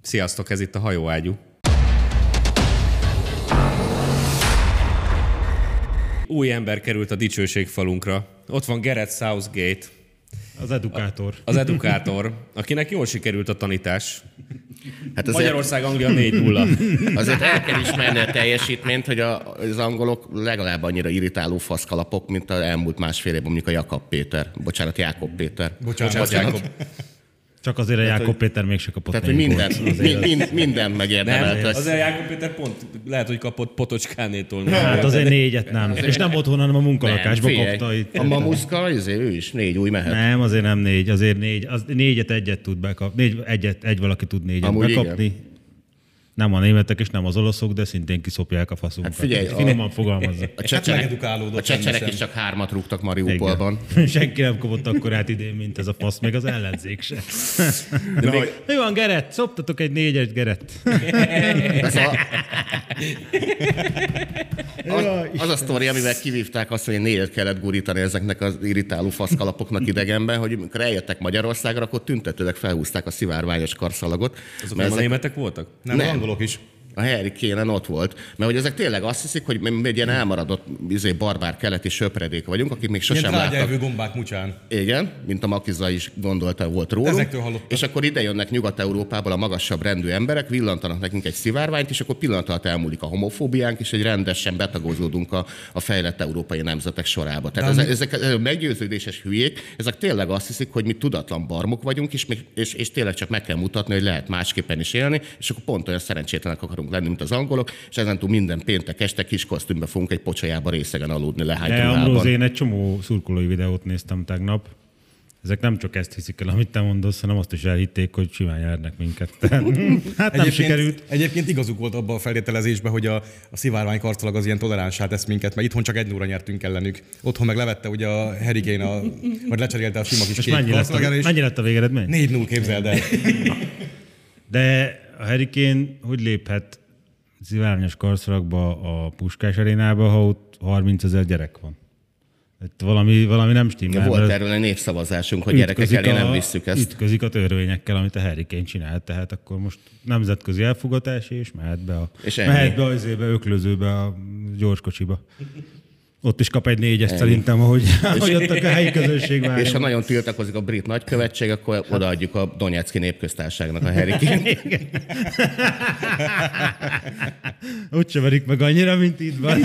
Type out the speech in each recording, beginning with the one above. Sziasztok, ez itt a hajóágyú. Új ember került a dicsőség falunkra. Ott van Gerett Southgate, Az edukátor. az edukátor, akinek jól sikerült a tanítás. Hát azért, Magyarország Anglia 4-0. azért el kell ismerni a teljesítményt, hogy a, az angolok legalább annyira irritáló faszkalapok, mint az elmúlt másfél évben mondjuk a Jakab Péter, bocsánat, Jákob Péter. Bocsánat, Jakob. Csak azért a Jákob Péter mégse kapott Tehát, hogy ennyi minden, gólt. mi, mind, minden Nem, megérdemelt. az lesz. Jákob Péter pont lehet, hogy kapott potocskánétól. Hát azért négyet nem. És nem otthon, hanem a munkalakásba Figyelj, kapta itt. A mamuszka, azért ő is négy új mehet. Nem, azért nem négy, azért négy. Az négyet egyet tud bekapni. Négy, egyet, egy valaki tud négyet Amúgy bekapni. Nem a németek és nem az olaszok, de szintén kiszopják a faszunkat. Hát figyelj, a- Finoman fogalmazza. A csecserek, megedukálódott, a csecserek nem is csak hármat rúgtak Mariupolban. Senki nem kapott akkorát idén, mint ez a fasz, meg az ellenzék se. De még- Mi van, Gerett? Szoptatok egy négyes Gerett. Az a, az, az a sztori, amivel kivívták azt, hogy négyet kellett gurítani ezeknek az irritáló faszkalapoknak idegenben, hogy amikor eljöttek Magyarországra, akkor tüntetőleg felhúzták a szivárványos karszalagot. Azok mert nem a ezek, németek voltak? Nem, nem. angolok is. a Harry Kénen ott volt. Mert hogy ezek tényleg azt hiszik, hogy mi mi egy ilyen elmaradott izé, barbár keleti söpredék vagyunk, akik még Ilyen sosem láttak trágyelvű gombák mucsán. igen, mint a Makiza is gondolta volt rólunk. Ezektől hallottam. És akkor ide jönnek Nyugat-Európából a magasabb rendű emberek, villantanak nekünk egy szivárványt, és akkor pillanat alatt elmúlik a homofóbiánk, és egy rendesen betagozódunk a, a fejlett európai nemzetek sorába. Tehát ezek, ezek, ezek meggyőződéses hülyék, ezek tényleg azt hiszik, hogy mi tudatlan barmok vagyunk, és, még, és, és tényleg csak meg kell mutatni, hogy lehet másképpen is élni, és akkor pont olyan szerencsétlenek akarunk lenni, mint az angolok, és ezentúl minden péntek este kis kosztümbe fogunk egy pocsajába részegen aludni De Amróz, lehánytulában. E, én egy csomó szurkolói videót néztem tegnap. Ezek nem csak ezt hiszik el, amit te mondasz, hanem azt is elhitték, hogy simán járnak minket. Tehát, hát nem sikerült. Egyébként igazuk volt abban a feltételezésben, hogy a, a szivárvány karcalag az ilyen toleránsá tesz minket, mert itthon csak egy óra nyertünk ellenük. Otthon meg levette ugye a Harry Kane, a, vagy lecserélte a sima kis És kék mennyi lett, a, karcalagára, és mennyi lett a végeredmény? 4-0 képzeld el. De a Harry Kane hogy léphet zivárnyos karszalakba a Puskás arénába, ha ott 30 ezer gyerek van? Hát valami, valami nem stimmel. Ja, volt mert erről egy népszavazásunk, hogy ütközik gyerekek elé a- nem visszük ezt. Ütközik a törvényekkel, amit a Harry Kane csinált, tehát akkor most nemzetközi elfogatás, és mehet be a, És ennyi. mehet be az ébe, öklözőbe, a gyorskocsiba. Ott is kap egy négyes szerintem, ahogy, ahogy ott a helyi közösség már. És ha nagyon tiltakozik a brit nagykövetség, akkor odaadjuk a Donetszki népköztárságnak a herikét. Úgy sem verik meg annyira, mint itt van.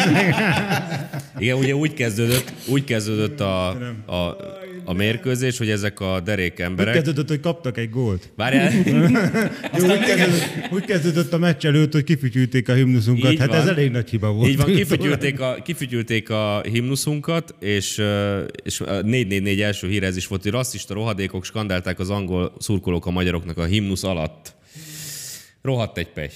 Igen, ugye úgy kezdődött, úgy kezdődött a, a, a mérkőzés, hogy ezek a derék emberek... Kezdődött, hogy kaptak egy gólt. Várjál, Jó, úgy, kezdődött, úgy kezdődött a meccs előtt, hogy kifütyülték a himnuszunkat. Így hát ez van. elég nagy hiba volt. így van, kifütyülték a, kifütyülték a himnuszunkat, és, ö, és a 444 első híre ez is volt, hogy rasszista rohadékok skandálták az angol szurkolók a magyaroknak a himnusz alatt. Rohadt egy pech.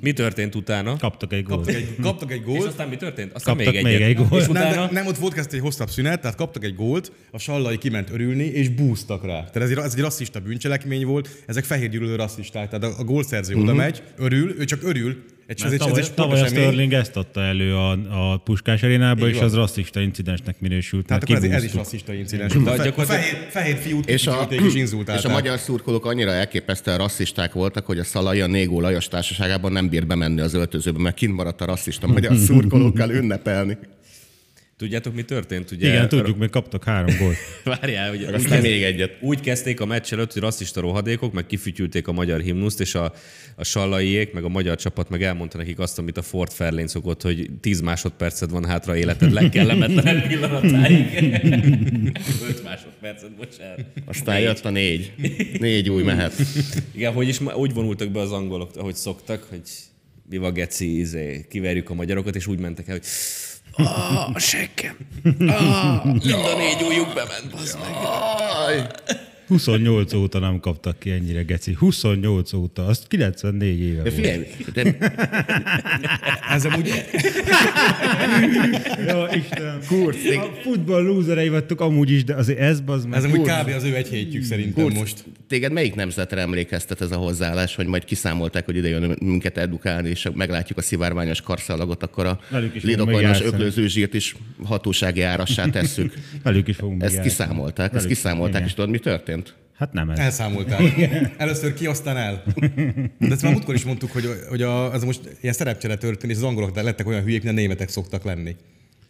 Mi történt utána? Kaptak egy gólt. Kaptak egy, kaptak egy És gólt, aztán mi történt? Aztán Kaptak még, még egyet. egy gólt. És Nem, utána de, nem, ott volt kezdte egy hosszabb szünet, tehát kaptak egy gólt, a sallai kiment örülni, és búztak rá. Tehát ez egy, ez egy rasszista bűncselekmény volt, ezek fehér gyűlölő rasszisták, tehát a, a gólszerző uh-huh. oda megy, örül, ő csak örül. Egy, ez, egy, Mhm. ez tavaly, egy tavaly a sportesemény. Sterling ezt adta elő a, a Puskás arénába, és van. az rasszista incidensnek minősült. Tehát mert akkor ez, ez is kibúztuk. rasszista incidens. De Fe, gyakorlatilag- fehér, fehér fiút És a, kicsülték és inzultálták. és a magyar szurkolók annyira elképesztően rasszisták voltak, hogy a Szalai a Négó Lajos társaságában nem bír bemenni az öltözőbe, mert kint maradt a rasszista magyar szurkolókkal ünnepelni. tudjátok, mi történt? Ugye Igen, tudjuk, még kaptak három gólt. Várjál, hogy aztán még egyet. Úgy kezdték a meccs előtt, hogy rasszista rohadékok, meg kifütyülték a magyar himnuszt, és a, a sallaiék, meg a magyar csapat meg elmondta nekik azt, amit a Ford Fairlane szokott, hogy 10 másodperced van hátra életed legkellemetlenebb pillanatáig. 5 másodperced, bocsánat. Aztán jött a négy. Négy új mehet. Igen, hogy is ma- úgy vonultak be az angolok, ahogy szoktak, hogy mi van geci, izé, kiverjük a magyarokat, és úgy mentek el, hogy Ah, a sekkem. Ah, mind a négy újjuk bement, bazd meg. Aj! 28 óta nem kaptak ki ennyire, Geci. 28 óta, azt 94 éve De volt. figyelj, de Ez amúgy Jó, Istenem. A futball lúzerei vagytok amúgy is, de azért ez bazd meg. Ez amúgy borzasztó. kb. az ő egy hétjük szerintem Kurz, most. Téged melyik nemzetre emlékeztet ez a hozzáállás, hogy majd kiszámolták, hogy ide jön minket edukálni, és meglátjuk a szivárványos karszalagot, akkor a Velük is fogunk lidokonyos megjátszani. öklözőzsírt is hatósági árassá tesszük. Velük is fogunk Ezt megjárni. kiszámolták, ezt Velük, kiszámolták, igen. és tudod, mi történt? történt? Hát nem ez. Elszámoltál. Először ki, aztán el. De ezt már múltkor is mondtuk, hogy, hogy a, ez most ilyen szerepcsere történt, és az angolok lettek olyan hülyék, mint a németek szoktak lenni.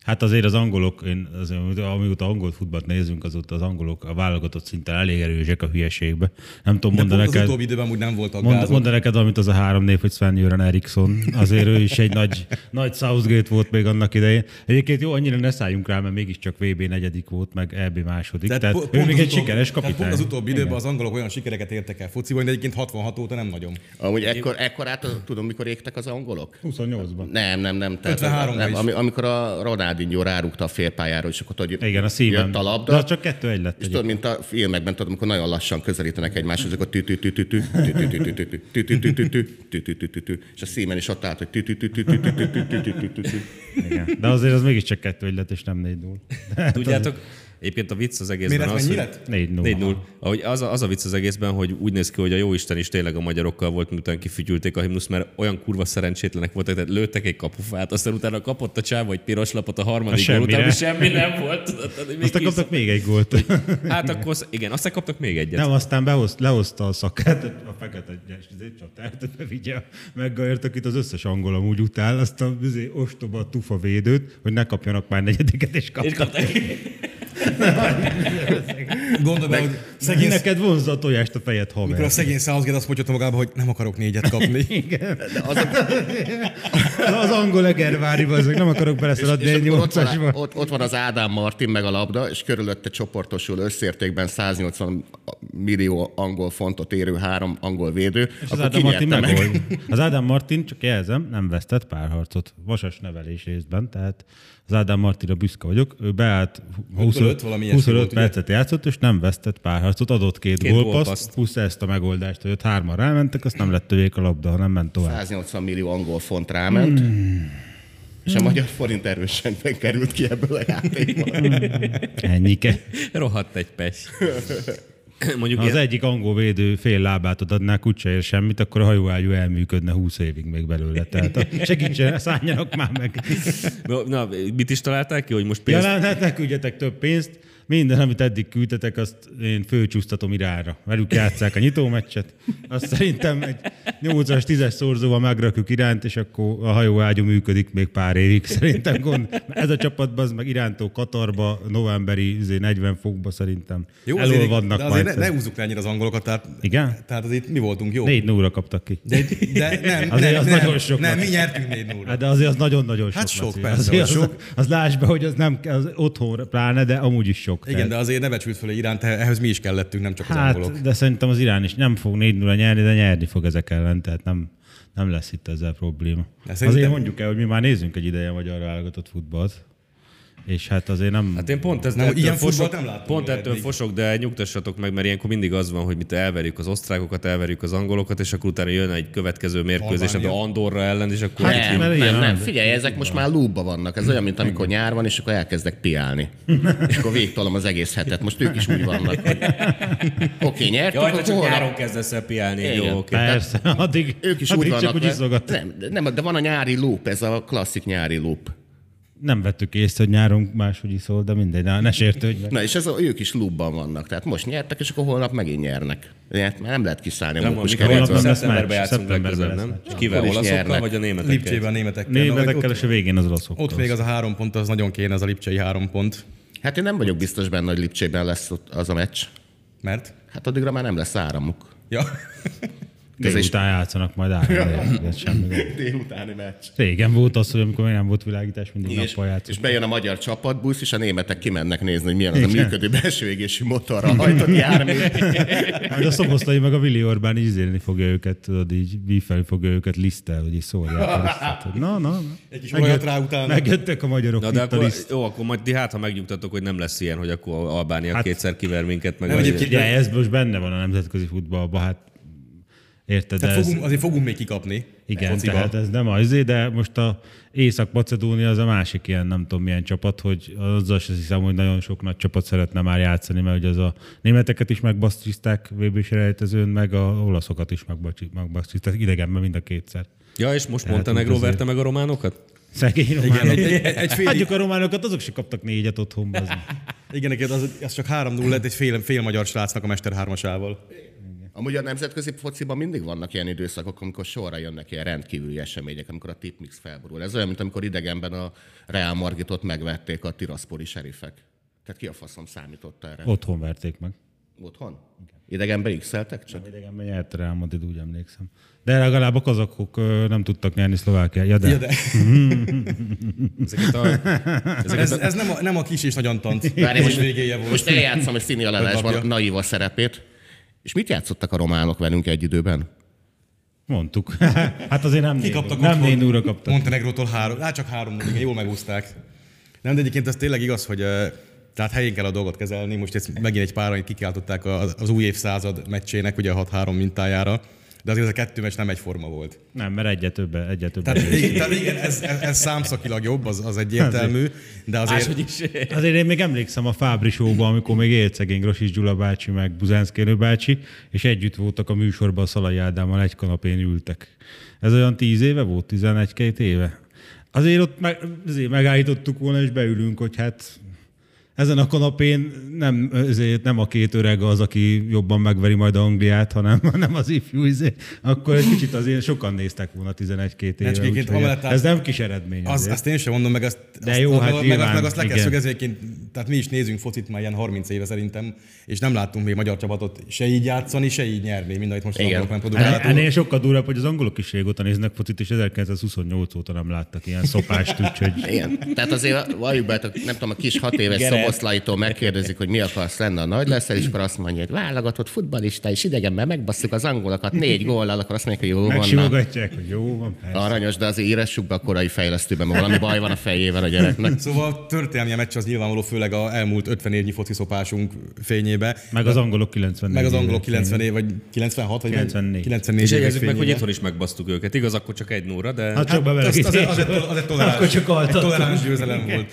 Hát azért az angolok, én, az, amióta angol futballt nézünk, azóta az angolok a válogatott szinten elég erősek a hülyeségbe. Nem tudom, De mondani pont az neked... utóbbi időben amúgy nem voltak Mond, gázok. mondd neked, amit az a három név, hogy Sven Göran Eriksson, azért ő is egy nagy, nagy Southgate volt még annak idején. Egyébként jó, annyira ne szálljunk rá, mert mégiscsak VB negyedik volt, meg EB második. Tehát, po- ő még az egy utóbbi- sikeres Tehát kapitány. pont az utóbbi időben az angolok olyan sikereket értek el fociban, de egyébként 66 óta nem nagyon. Amúgy ekkor, ekkorát, tudom, mikor égtek az angolok? 28-ban. Nem, nem, nem. Tehát 53-ban nem is. ami, amikor a Ronaldinho rárúgta a félpályára, és akkor tudod, Igen, a szívem. jött a labda. De az csak kettő egy lett. És tudod, mint a filmekben, tudod, amikor nagyon lassan közelítenek egymáshoz, akkor tű tű tű tű tű tű tű tű tű tű tű tű tű tű tű tű tű és a szímen is ott állt, hogy tű tű tű tű tű tű tű tű tű tű tű tű Igen. De azért az mégiscsak kettő egy lett, és nem 4 0 Tudjátok, egyébként a vicc az egészben Méret az, mennyi hogy- lett? 4 4-0. Ahogy az, a, az a vicc az egészben, hogy úgy néz ki, hogy a jóisten is tényleg a magyarokkal volt, miután kifütyülték a himnusz, mert olyan kurva szerencsétlenek voltak, tehát lőttek egy kapufát, aztán utána kapott a csáv egy piros lapot a harmadik A gól után, semmire. és semmi nem volt. Tudod, tehát, hogy még Aztán vissza- kaptak még egy gólt. Hát akkor, sz- igen, aztán kaptak még egyet. Nem, aztán behoz, lehozta a szakát, a fekete gyes izé, csatárt, bevigye, meggajért, akit az összes angol amúgy utál, azt a izé, ostoba a tufa védőt, hogy ne kapjanak már negyediket, és És kapjanak. kaptak. Gondolj bele, hogy Szegény szegény, neked vonzza a tojást a fejed, mikor a haver. szegény Southgate azt mondja magába, hogy nem akarok négyet kapni. Az angol egervári, az nem akarok beleszaladni És egy amikor ott, van, nyolcasba. ott, ott van az Ádám Martin meg a labda, és körülötte csoportosul összértékben 180 millió angol fontot érő három angol védő, És az akkor Ádám kinyerte Martin meg. megold. Az Ádám Martin, csak jelzem, nem vesztett párharcot. Vasas nevelés részben, tehát az Ádám Martinra büszke vagyok. Ő beállt 25, 25, valami ilyesmi volt, ugye? percet játszott, és nem vesztett párharcot. Adott két, Két két gólpaszt. gólpaszt, plusz ezt a megoldást, hogy ott hárman rámentek, azt nem lett tövék a labda, hanem ment tovább. 180 millió angol font ráment, és a magyar forint erősen került ki ebből a játékból. Ennyike. Rohadt egy pes. Mondjuk Ha az ilyen- egyik angol védő fél lábát adnák, úgyse ér semmit, akkor a hajóágyú elműködne 20 évig még belőle. Tehát segítsen, szálljanak már meg. Na, mit is találták ki, hogy most e- Ja, pénzt nem, hát ne küldjetek több pénzt, minden, amit eddig küldtetek, azt én főcsúsztatom Iránra. Velük játszák a nyitómeccset, azt szerintem egy 8-as, 10-es szorzóval megrakjuk Iránt, és akkor a hajóágyú működik még pár évig. Szerintem gond. Mert Ez a csapatban, az meg Irántól Katarba, novemberi izé, 40 fokba szerintem Jó, azért- elolvadnak de majd. azért ne, ne húzzuk le ennyire az angolokat, tehát, Igen? tehát azért mi voltunk jó. 4 0 kaptak ki. De, de nem, Azért nem, az nem, nagyon sok nem, mi volt. nyertünk 4 0 Hát de azért az nagyon-nagyon sok. Hát sok, Laci. persze, azért az, hogy sok. Az, lásd be, hogy az nem az otthon pláne, de amúgy is sok. Igen, Tehát- de azért ne becsült föl iránt, ehhez mi is kellettünk, nem csak az angolok. Hát, de szerintem az Irán is nem fog 4 0 nyerni, de nyerni fog ezek ellen, tehát nem, nem lesz itt ezzel probléma. szerintem- Azért mondjuk el, hogy mi már nézünk egy ideje magyar válogatott futballt, és hát azért nem... Hát én pont ez Nem, ettől ilyen futballt fosok, nem láttam pont még ettől eddig. fosok, de nyugtassatok meg, mert ilyenkor mindig az van, hogy mit elverjük az osztrákokat, elverjük az angolokat, és akkor utána jön egy következő mérkőzés, de Albánia. Andorra ellen, és akkor Hát, Nem, mert nem, ilyen nem, nem. Figyelj, ezek most már lúbba vannak. Ez olyan, mint amikor nyár van, és akkor elkezdek piálni. És akkor végtolom az egész hetet. Most ők is úgy vannak, hogy oké, nyertük, Jaj, te akkor csak holnap- nyáron kezdesz el piálni. Igen. Jó, oké. Persze, addig, Ők is úgy addig Hát vannak. csak úgy mert- izzogat. Nem. nem, de- nem, de van a nyári lúp, ez a klasszik nyári lúp. vettük észre, hogy nyáron máshogy iszol, de mindegy, ne, ne sértődj meg. Na és ez a, ők is lúbban vannak. Tehát most nyertek, és akkor holnap megint nyernek. Nyert, már nem lehet kiszállni a Nem mókus mondjuk, holnap Holnap keretből. lesz szeptemberben meccs, játszunk szeptemberben legközelebb, lesz nem? meccs. És kivel Akkor is olaszokkal, nyernek. vagy a németekkel? Lipcsében németekkel. Na, Németekkel ott, és a végén az olaszokkal. ott még az a három pont, az nagyon kéne, az a lipcsei három pont. Hát én nem vagyok biztos benne, hogy Lipcsében lesz ott az a meccs. Mert? Hát addigra már nem lesz áramuk. Ja. Délután játszanak majd áll. semmi gond. Délutáni meccs. Régen volt az, hogy amikor még nem volt világítás, mindig És, nappal játszottak. és bejön a magyar csapatbusz, és a németek kimennek nézni, hogy milyen az a működő belső égésű motorra hajtott jármű. Majd Hát a szoboszlai meg a Willi Orbán így izélni fogja őket, tudod, így bífelni fogja őket liszttel, hogy így szórják a lisztet. hogy Na, na, na. Egy kis olajat rá utána. Megjöttek a magyarok, Na, Na, de itt a akkor, liszt. jó, akkor majd ti hát, ha megnyugtatok, hogy nem lesz ilyen, hogy akkor Albánia Hát- kétszer kiver minket, meg Nem, vagy- egyébként- Ugye ez most benne van a nemzetközi futballban, hát érted, Tehát ez, Hát fogunk, azért fogunk még kikapni. igen, fociba. tehát ez nem azé, de most a Észak-Macedónia az a másik ilyen, nem tudom milyen csapat, hogy azzal sem hiszem, hogy nagyon sok nagy csapat szeretne már játszani, mert ugye az a németeket is megbasztizták vb selejtezőn, meg a olaszokat is megbacsi- megbasztizták, idegenben mind a kétszer. Ja, és most Tehát Montenegro itt azért- verte meg a románokat? Szegény románok. egy- egy- egy félig- Hagyjuk a románokat, azok se kaptak négyet otthon. bazd meg. Igen, neked az, az csak 3-0 lett egy fél, fél magyar srácnak a Mester 3-asával. Amúgy a nemzetközi fociban mindig vannak ilyen időszakok, amikor sorra jönnek ilyen rendkívüli események, amikor a tipmix felborul. Ez olyan, mint amikor idegenben a Real Margitot megvették a tiraszpori serifek. Tehát ki a faszom számított erre? Otthon verték meg. Otthon? Idegenben x csak? Idegenben nyert rá a Madrid, úgy emlékszem. De legalább a kazakok ö, nem tudtak nyerni Szlovákiát. Ja, de. Ja, de Ezeket a, ez, ez nem, a, nem a kis és nagyon tant. Várj, most most, végéje volt. most eljátszom egy színi alelásban Ötlapja. naíva szerepét. És mit játszottak a románok velünk egy időben? Mondtuk. hát azért nem Kikaptak nem otthon. négy óra kaptak. Montenegrótól három, hát csak három, igen, jól megúzták. Nem, de egyébként ez tényleg igaz, hogy ö, tehát helyén kell a dolgot kezelni. Most ezt megint egy páran kikiáltották az, az új évszázad meccsének, ugye a 6-3 mintájára. De azért ez a kettő meccs nem egyforma volt. Nem, mert egyet többen, egyet többen. Tehát igen, tehát igen ez, ez, ez számszakilag jobb, az, az egyértelmű, de azért... máshogy is. Azért én még emlékszem a Fábri show amikor még élt szegény Grosis Gyula bácsi, meg Buzánszkérő bácsi, és együtt voltak a műsorban a Szalai Ádámmal, egy kanapén ültek. Ez olyan tíz éve volt, 11-2 éve. Azért ott meg, azért megállítottuk volna, és beülünk, hogy hát ezen a kanapén nem, ezért nem a két öreg az, aki jobban megveri majd Angliát, hanem, hanem az ifjú, izé. akkor egy kicsit azért sokan néztek volna 11-2 éve. Hát, egyébként úgyhogy amellett ez nem kis eredmény. Az, azért. azt én sem mondom, meg azt, De azt, jó, azt, hát meg, nyilván, azt, meg azt le kell igen. szögezni, egyébként, tehát mi is nézünk focit már ilyen 30 éve szerintem, és nem láttunk még magyar csapatot se így játszani, se így nyerni, mind amit most Igen. angolok nem Hát produkáltunk. ennél sokkal durvább, hogy az angolok is régóta néznek focit, és 1928 óta nem láttak ilyen szopást, úgyhogy Igen. Tehát azért valljuk be, nem tudom, a kis hat éves Gerelt. szoboszlaitól megkérdezik, hogy mi akarsz lenni a nagy leszel, és akkor azt mondja, hogy válogatott futbalista, és idegenben megbasszuk az angolokat négy góllal, akkor azt mondják, hogy jó van. na. megsimogatják, hogy jó van, persze. Aranyos, de azért éressük be a korai fejlesztőben, mert valami baj van a fejével a gyereknek. Szóval történelmi a meccs az nyilvánvaló, főleg a elmúlt 50 évnyi foci szopásunk fényébe, Meg az angolok 90 meg az angolok 90 év, vagy 96, vagy 94. 94 És éves jegyezzük meg, hogy fényébe. itthon is megbasztuk őket. Igaz, akkor csak egy nóra, de... Hát csak Hát, az, bevelegítés. az, az, egy tol- az egy toleráns, Akkor csak egy altattunk. toleráns győzelem volt.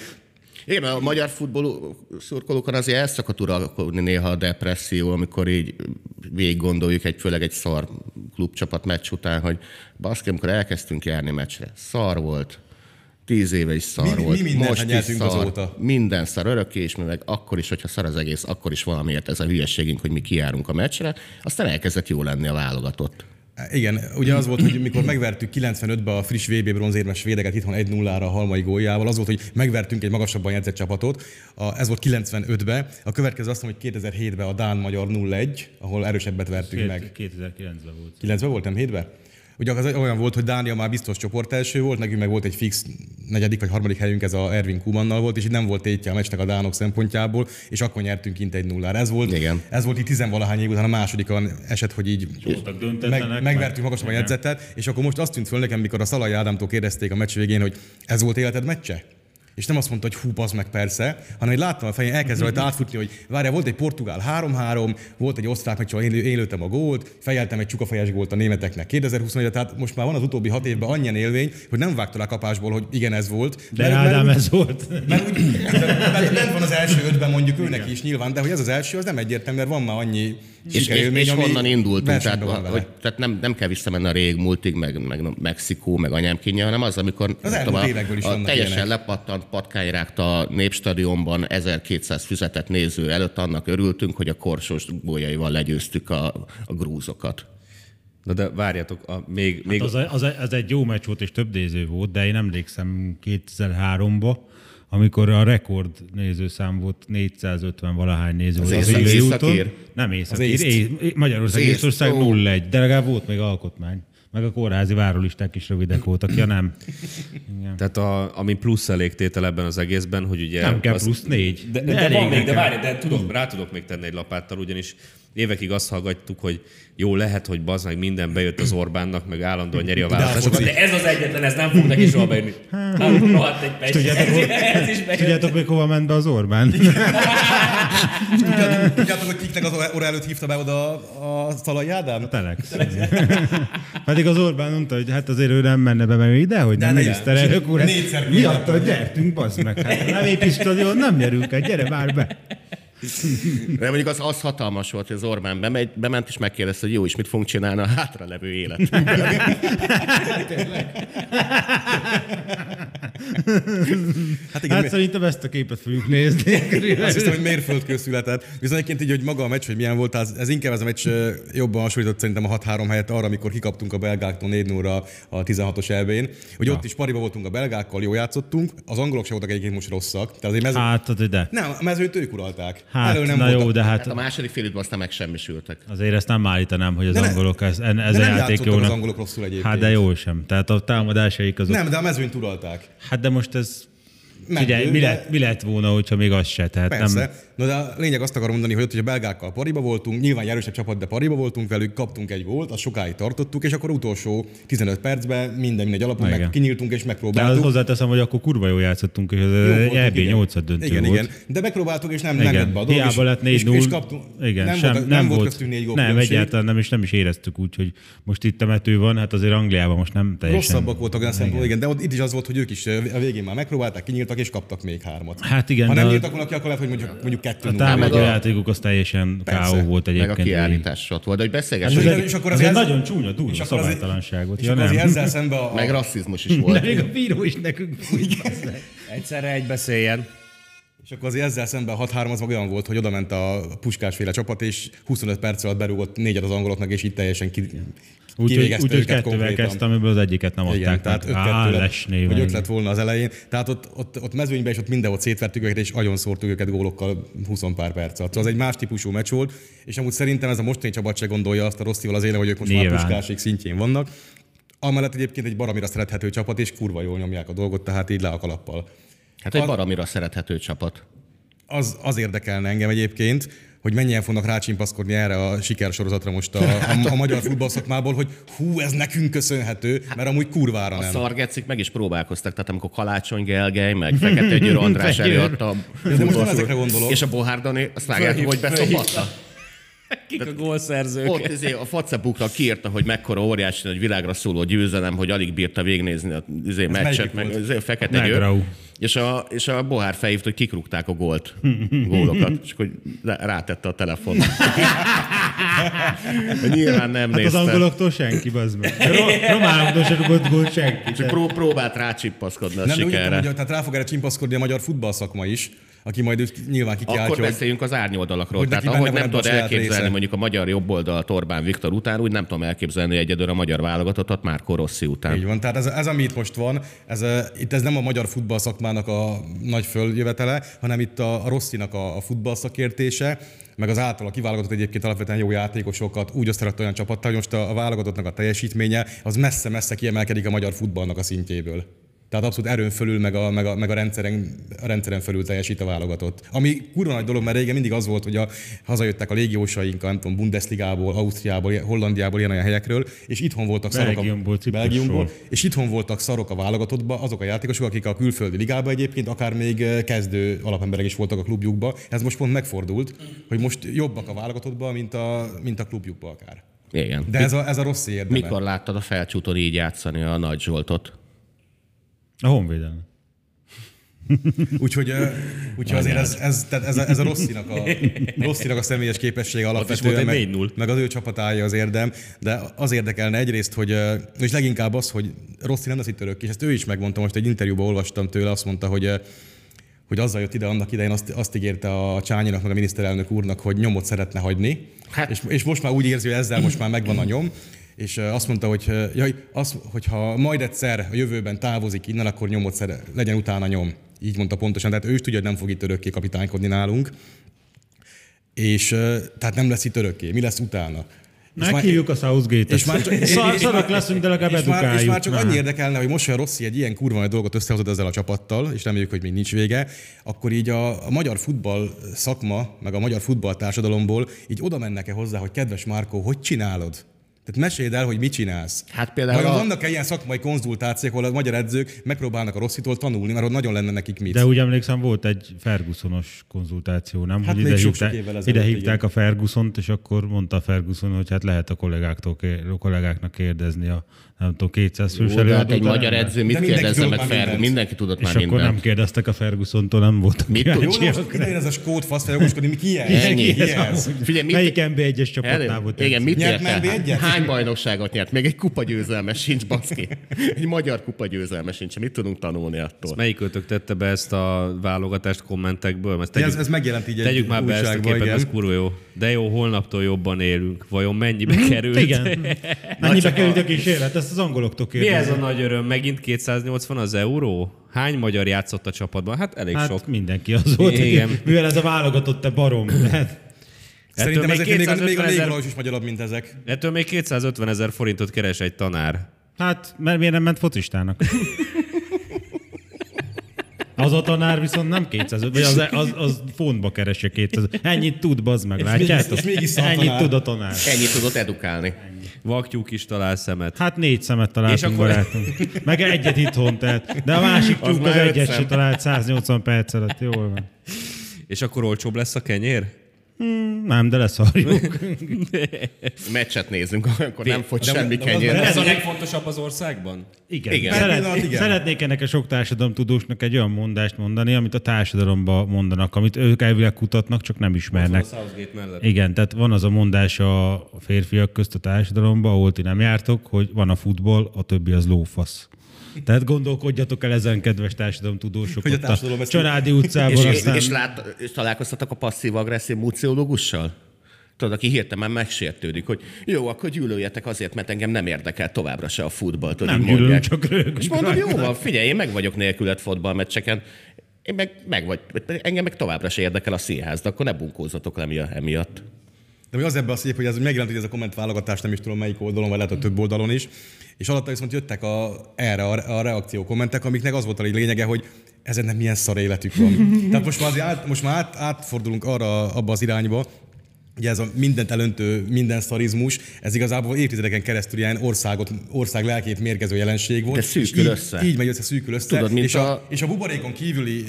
Igen, mert a magyar futball szurkolókon azért el szokott uralkodni néha a depresszió, amikor így végig gondoljuk, egy, főleg egy szar klubcsapat meccs után, hogy baszki, amikor elkezdtünk járni meccsre, szar volt, tíz éve is szar Mi- mi volt, mindent most is nyertünk szar, azóta. minden szar örökké, és mi meg akkor is, hogyha szar az egész, akkor is valamiért ez a hülyeségünk, hogy mi kijárunk a meccsre, aztán elkezdett jó lenni a válogatott. Igen, ugye az volt, hogy mikor megvertük 95-ben a friss VB bronzérmes svédeket itthon 1-0-ra a halmai góljával, az volt, hogy megvertünk egy magasabban jegyzett csapatot, a, ez volt 95-ben, a következő azt mondom, hogy 2007-ben a Dán-Magyar 0-1, ahol erősebbet vertünk meg. 2009-ben volt. 9-ben volt, nem 7-ben? Ugye az olyan volt, hogy Dánia már biztos csoport első volt, nekünk meg volt egy fix negyedik vagy harmadik helyünk, ez a Ervin Kumannal volt, és itt nem volt tétje a meccsnek a Dánok szempontjából, és akkor nyertünk kint egy nullára. Ez volt, Igen. ez volt így tizenvalahány év után a második olyan eset, hogy így voltak döntetlenek, meg, meg- megvertünk magasabban a igen. jegyzetet, és akkor most azt tűnt föl nekem, mikor a Szalai Ádámtól kérdezték a meccs végén, hogy ez volt életed meccse? És nem azt mondta, hogy hú, az meg persze, hanem hogy láttam a fején, elkezdett rajta átfutni, hogy várjál, volt egy portugál 3-3, volt egy osztrák meccs, ahol én, én lőttem a gólt, fejeltem egy csukafejes gólt a németeknek 2021 tehát most már van az utóbbi hat évben annyian élvény, hogy nem vágta rá kapásból, hogy igen, ez volt. De Ádám ez volt. Mert, úgy, mert nem van az első ötben mondjuk őnek is nyilván, de hogy ez az első, az nem egyértelmű, mert van már annyi És, és, sikerélmény, és ami honnan indultunk, tehát, versenyben van vele. hogy, tehát nem, nem kell visszamenni a rég múltig, meg, meg Mexikó, meg anyám kínja, hanem az, amikor Az nem elmúlt a- évekből is a vannak teljesen ilyenek. lepattant patkány rágta a Népstadionban 1200 füzetett néző előtt, annak örültünk, hogy a korsós gólyaival legyőztük a, a grúzokat. Na de várjatok, a, még, még Hát Az, az, az egy jó meccs volt, és több néző volt, de én emlékszem 2003-ba, amikor a rekord nézőszám volt 450 valahány néző. volt észak- élő északír? úton. Nem északír, észt. é, Magyarország, Az észt, Észország ó. 0-1, de legalább volt még alkotmány. Meg a kórházi várólisták is rövidek voltak, ja nem. Tehát a, ami plusz elégtétel ebben az egészben, hogy ugye... Nem kell azt- plusz négy. De, de, de Elég van még, de nekem. várj, de tudok, rá tudok még tenni egy lapáttal, ugyanis évekig azt hallgattuk, hogy jó, lehet, hogy bazd meg minden bejött az Orbánnak, meg állandóan nyeri a választásokat, foci. de ez az egyetlen, ez nem fog neki soha bejönni. Nem, rohadt egy pest. Hát, Tudjátok, ez, hol- ez is bejött. Tudjátok, még hova ment be az Orbán? Tudjátok, tudjátok, hogy kiknek az óra előtt hívta be oda a, a Szalai Ádám? Telex. Pedig az Orbán mondta, hogy hát azért ő nem menne be, mert ő ide, hogy nem ne- miniszterelnök úr. hát négyszer Miatta gyertünk, bazd meg. Hát nem épp is stadion, nem nyerünk el, gyere már be. De mondjuk az, az hatalmas volt, hogy az Orbán bemegy, bement és megkérdezte, hogy jó, és mit fogunk csinálni a hátra levő életben. Hát igen, Hát mi- szerintem ezt a képet fogjuk nézni. Azt hiszem, hogy mérföldkő született. Viszont egyébként így, hogy maga a meccs, hogy milyen volt, ez, ez inkább ez a meccs ö, jobban hasonlított szerintem a 6-3 helyett arra, amikor kikaptunk a belgáktól 4 0 a 16-os elbén. Hogy ott is pariba voltunk a belgákkal, jól játszotottunk, az angolok sem voltak egyébként most rosszak. Tehát azért mező... Hát, tudod, de. Nem, a mezőnyt ők uralták. Hát, Elől nem na voltak- jó, de Hát hát a második fél időben aztán megsemmisültek. azért ezt nem állítanám, hogy az De ne- angolok ez, en- ez de a nem játék játszottak jónak. az angolok rosszul egyébként. Hát de jól sem. Tehát a támadásaik azok. Nem, de a mezőnyt uralták. Hát de most ez... Menő, Ugye, mi, de- lett, mi lett volna, hogyha még az se? Tehát Persze. nem, Nem. Na de a lényeg azt akarom mondani, hogy ott, hogy a belgákkal pariba voltunk, nyilván egy erősebb csapat, de pariba voltunk velük, kaptunk egy gólt, azt sokáig tartottuk, és akkor utolsó 15 percben minden mindegy alapon Igen. meg kinyíltunk és de az megpróbáltuk. hozzáteszem, hogy akkor kurva jól játszottunk, és az Jó voltunk, EB igen. 8 döntő igen, volt. igen. De megpróbáltuk, és nem, nem Igen, lett be a dolog. hiába és, lett 4 és, 0 és kaptunk, Igen, nem, sem, volt, nem, volt köztünk négy gól Nem, különbség. egyáltalán nem, és nem is éreztük úgy, hogy most itt temető van, hát azért Angliában most nem teljesen. Rosszabbak voltak olyan szempontból, igen, de ott, itt is az volt, hogy ők is ö, a végén már megpróbálták, kinyíltak és kaptak még hármat. Hát igen, ha nem de a- nyíltak volna ki, akkor lehet, hogy mondjuk, mondjuk kettő A nulla. támadó meg a- játékuk az teljesen Persze, K.O. volt Meg a egyébként. kiállítás ott volt, de hogy Ez beszélgessünk. Hát, egy, és akkor az ez egy ez- nagyon csúnya, És durva akkor azért- szabálytalanságot. És Ja, akkor azért nem. ezzel szemben a... Meg rasszizmus is De volt. még a bíró is nekünk. Egyszerre egy beszéljen. És akkor azért ezzel szemben a 6-3 az meg olyan volt, hogy oda ment a puskásféle csapat, és 25 perc alatt berúgott négyet az angoloknak, és itt teljesen ki, Úgyhogy kivégezte úgy, hogy őket kettővel konkrétan. kezdtem, amiből az egyiket nem adták. Igen, Tehát tehát öt állás lett, hogy néven. öt lett volna az elején. Tehát ott, ott, ott mezőnyben és ott mindenhol szétvertük őket, és agyon szórtuk őket gólokkal 20 pár perc alatt. Szóval az egy más típusú meccs volt, és amúgy szerintem ez a mostani csapat se gondolja azt a rosszival az éle, hogy ők most Nyilván. már puskásik szintjén vannak. Amellett egyébként egy baromira szerethető csapat, és kurva jól nyomják a dolgot, tehát így le a kalappal. Hát egy baromira szerethető csapat. az, az érdekelne engem egyébként, hogy mennyien fognak rácsimpaszkodni erre a sikersorozatra most a, a, a magyar futballszakmából, hogy hú, ez nekünk köszönhető, mert amúgy kurvára A nem. szargecik meg is próbálkoztak, tehát amikor Kalácsony Gelgely, meg Fekete Győr András Győr. előadta a nem futball- ezekre gondolok. És a Bohár Dani, azt vágjátok, Fölhív- hogy beszopattak. Kik a gólszerzők? Ott izé, a facebukra kiírta, hogy mekkora óriási nagy világra szóló győzelem, hogy alig bírta végignézni a izé, meccset, melyik meg volt? izé, a fekete győr. Negrau. És a, és a Bohár felhívta, hogy kikrúgták a gólt, gólokat, és hogy rátette a telefon. Nyilván nem Hát az nézte. angoloktól senki, bazd meg. Ro- Románoktól se rugott gólt senki. Csak pró- próbált rácsipaszkodni a Nem, de úgy értem, sikerre. hogy tehát rá fog erre csimpaszkodni a magyar futballszakma is, aki majd őt nyilván Akkor kikiáltja, hogy beszéljünk az árnyoldalakról. hogy Tehát neki benne ahogy nem van ebben tudod a saját elképzelni része. mondjuk a magyar jobboldalt Orbán Viktor után, úgy nem tudom elképzelni egyedül a magyar válogatottat Márko Rossi után. így van. Tehát ez, ez, ami itt most van, ez, eh, itt ez nem a magyar futballszakmának a nagy följövetele, hanem itt a, a Rosszinak a, a futballszakértése, meg az általa kiválogatott egyébként alapvetően jó játékosokat úgy összerett olyan csapattal, hogy most a, a válogatottnak a teljesítménye az messze-messze kiemelkedik a magyar futballnak a szintjéből. Tehát abszolút erőn fölül, meg a, meg a, meg a, rendszeren, a rendszeren fölül teljesít a válogatott. Ami kurva nagy dolog, mert régen mindig az volt, hogy a, hazajöttek a légiósaink, a, nem tudom, Bundesligából, Ausztriából, Hollandiából, ilyen olyan helyekről, és itthon voltak szarok Belgiumból, a, Ciprusról. Belgiumból, és itthon voltak szarok a válogatottba azok a játékosok, akik a külföldi ligába egyébként akár még eh, kezdő alapemberek is voltak a klubjukba. Ez most pont megfordult, hogy most jobbak a válogatottba, mint a, mint a klubjukba akár. Igen. De ez a, ez a rossz érdeme. Mikor láttad a felcsúton így játszani a Nagy Zsoltot? A honvédelem. Úgyhogy, ö, úgyhogy azért ez, ez, tehát ez, a, ez a rosszinak a, rosszinak a személyes képessége alapvetően, volt egy meg, 4-0. meg, az ő csapatája az érdem, de az érdekelne egyrészt, hogy, ö, és leginkább az, hogy Rossi nem lesz itt örök, és ezt ő is megmondta, most egy interjúban olvastam tőle, azt mondta, hogy eh, ö, hogy azzal jött ide annak idején, azt, azt ígérte a Csányinak, meg a miniszterelnök úrnak, hogy nyomot szeretne hagyni, Hát- hát. és, és most már úgy érzi, hogy ezzel most már megvan a nyom, és ö, azt mondta, hogy ö, jaj, az, hogyha majd egyszer a jövőben távozik innen, akkor nyomot szere, legyen utána nyom. Így mondta pontosan, tehát ő is tudja, hogy nem fog itt örökké kapitánykodni nálunk, és ö, tehát nem lesz itt örökké, mi lesz utána. És már- Meghívjuk a Southgate-et. és már csak- Szar- és- Szarok leszünk, de legalább és már, és edukáljuk. már csak annyi érdekelne, hogy most, hogy a Rossi egy ilyen kurva nagy dolgot összehozott ezzel a csapattal, és reméljük, hogy még nincs vége, akkor így a, a magyar futball szakma, meg a magyar futball társadalomból így oda mennek-e hozzá, hogy kedves Márkó, hogy csinálod? Tehát meséld el, hogy mit csinálsz. Hát például Vajon a- vannak-e ilyen szakmai konzultációk, ahol a magyar edzők megpróbálnak a rosszitól tanulni, mert ott nagyon lenne nekik mit. De úgy emlékszem, volt egy Fergusonos konzultáció, nem? Hát hogy még ide, sok-sok hívták, évvel ezelőtt, ide hívták a Fergusont, és akkor mondta a Ferguson, hogy hát lehet a kollégáktól, kér- a kollégáknak kérdezni a nem tudom, 200 fős Jó, de hát előadót, egy de nem magyar lehet. edző mit mindenki kérdezze tudott meg már fel? mindent. Mindenki tudott És már akkor nem mindent. kérdeztek a Fergusontól, nem voltak Mit tud- Jó, de most ide ez a skót fasz feljogoskodni, mi ki ez? Ennyi. Ki ez? Figyelj, mit- Melyik NB1-es Erről? csapatnál volt? Igen, edző? mit Nyert ért el? NB1-et? hány bajnokságot nyert? Még egy kupa győzelme sincs, baszki. Egy magyar kupa győzelme sincs. Mit tudunk tanulni attól? Melyikőtök tette be ezt a válogatást kommentekből? Ezt Ez, ez megjelent így egy Tegyük már be ezt a újságba, képet, igen. ez kurva jó. De jó, holnaptól jobban élünk. Vajon mennyibe került? Igen. Mennyibe került a kísérlet? Ezt az angoloktól Mi kérdezik. ez a nagy öröm? Megint 280 az euró? Hány magyar játszott a csapatban? Hát elég Hát sok. sok. mindenki az volt, Igen. Igen. mivel ez a válogatott, te barom. Hát, Tehát Szerintem Ettől ezek még még, a- még a 250 ezer- légvalós is magyarabb, mint ezek. Ettől még 250 ezer forintot keres egy tanár. Hát, mert miért nem ment focistának? Az a tanár viszont nem 200, vagy az, az, az fontba keresse 200. Ennyit tud, bazd meg, látjátok? és mégis szar Ennyit tanár. tud a tanár. Ennyit tudott edukálni. Vaktyúk is talál szemet. Hát négy szemet találtunk, És akkor- akkor... barátunk. Meg egyet itthon, tehát. De a másik tyúk az már öt egyet szem. se talált 180 perc alatt. Jól van. És akkor olcsóbb lesz a kenyér? Nem, de leszarjuk. Meccset nézünk, akkor nem fogy semmi de az- kenyér. Ez a legfontosabb az országban? Igen. Igen. igen. Pillanat, Szeret, igen. igen. Szeretnék ennek a sok társadalomtudósnak egy olyan mondást mondani, amit a társadalomban mondanak, amit ők elvileg kutatnak, csak nem A ismernek. Southgate mellett. Igen, tehát van az a mondás a férfiak közt a társadalomban, ahol ti nem jártok, hogy van a futball, a többi az lófasz. Tehát gondolkodjatok el ezen, kedves társadalomtudósok, Hogy a ott társadalom a ezt- Csanádi utcában, És, és, aztán... és, lát, és találkoztatok a passzív-agresszív muciológussal? Tudod, aki hirtelen már megsértődik, hogy jó, akkor gyűlöljetek azért, mert engem nem érdekel továbbra se a futball. Tudod, Nem így gyűlölöm, mondják. csak röhögök És mondom, jó van, figyelj, én meg vagyok nélküled fotballmeccseken, én meg, meg vagy, engem meg továbbra se érdekel a színház, de akkor ne bunkózzatok le mi- emiatt. De még az ebben a szép, hogy ez megjelent, hogy ez a komment válogatás, nem is tudom melyik oldalon, vagy lehet, hogy több oldalon is. És alatta viszont jöttek a, erre a, a reakció kommentek, amiknek az volt a lényege, hogy ezeknek milyen szar életük van. Tehát most már, azért át, most már át, átfordulunk arra, abba az irányba, Ugye ez a mindent elöntő minden szarizmus, ez igazából évtizedeken keresztül ilyen országot, ország lelkét mérgező jelenség volt. De szűkül és össze. Így, így megy össze, szűkül össze. Tudod, mint és, a, a- és a buborékon kívüli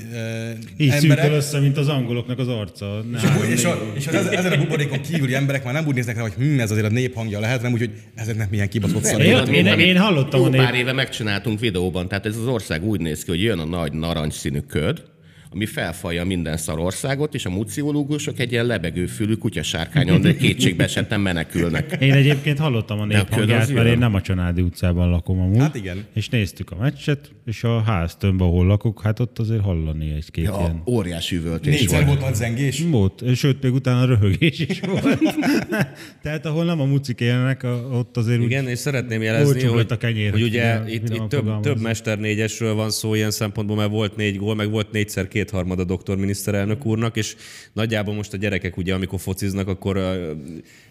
Így eh, szűkül emberek, össze, mint az angoloknak az arca. és, a, Nem, bu- és, a, és az, ezen a buborékon kívüli emberek már nem úgy néznek rá, hogy hm, ez azért a néphangja lehet, hanem úgy, hogy ezeknek milyen kibaszott szar. Én- Tudod, én- mint amit én hallottam jó a nép- pár éve megcsináltunk videóban, tehát ez az ország úgy néz ki, hogy jön a nagy narancsszínű köd, ami felfalja minden szarországot, és a muciológusok egy ilyen lebegő fülű kutyasárkányon, de kétségbe esetten menekülnek. Én egyébként hallottam a a köd az néphangját, mert jön. én nem a Csanádi utcában lakom amúgy. Hát igen. És néztük a meccset, és a háztömbben, ahol lakok, hát ott azért hallani egy-két ja. Ja, ilyen. óriási üvöltés Négyszer volt. volt nagy zengés. Volt, sőt, még utána röhögés is volt. Tehát ahol nem a mucik élnek, a- ott azért úgy... Igen, és szeretném jelezni, Olcsóbb hogy, lett a kenyér, hogy ugye finom- itt, finoman itt több, fogalmazva. több mester négyesről van szó ilyen szempontból, mert volt négy gól, meg volt négyszer kétharmada doktor miniszterelnök úrnak, és nagyjából most a gyerekek ugye, amikor fociznak, akkor ö,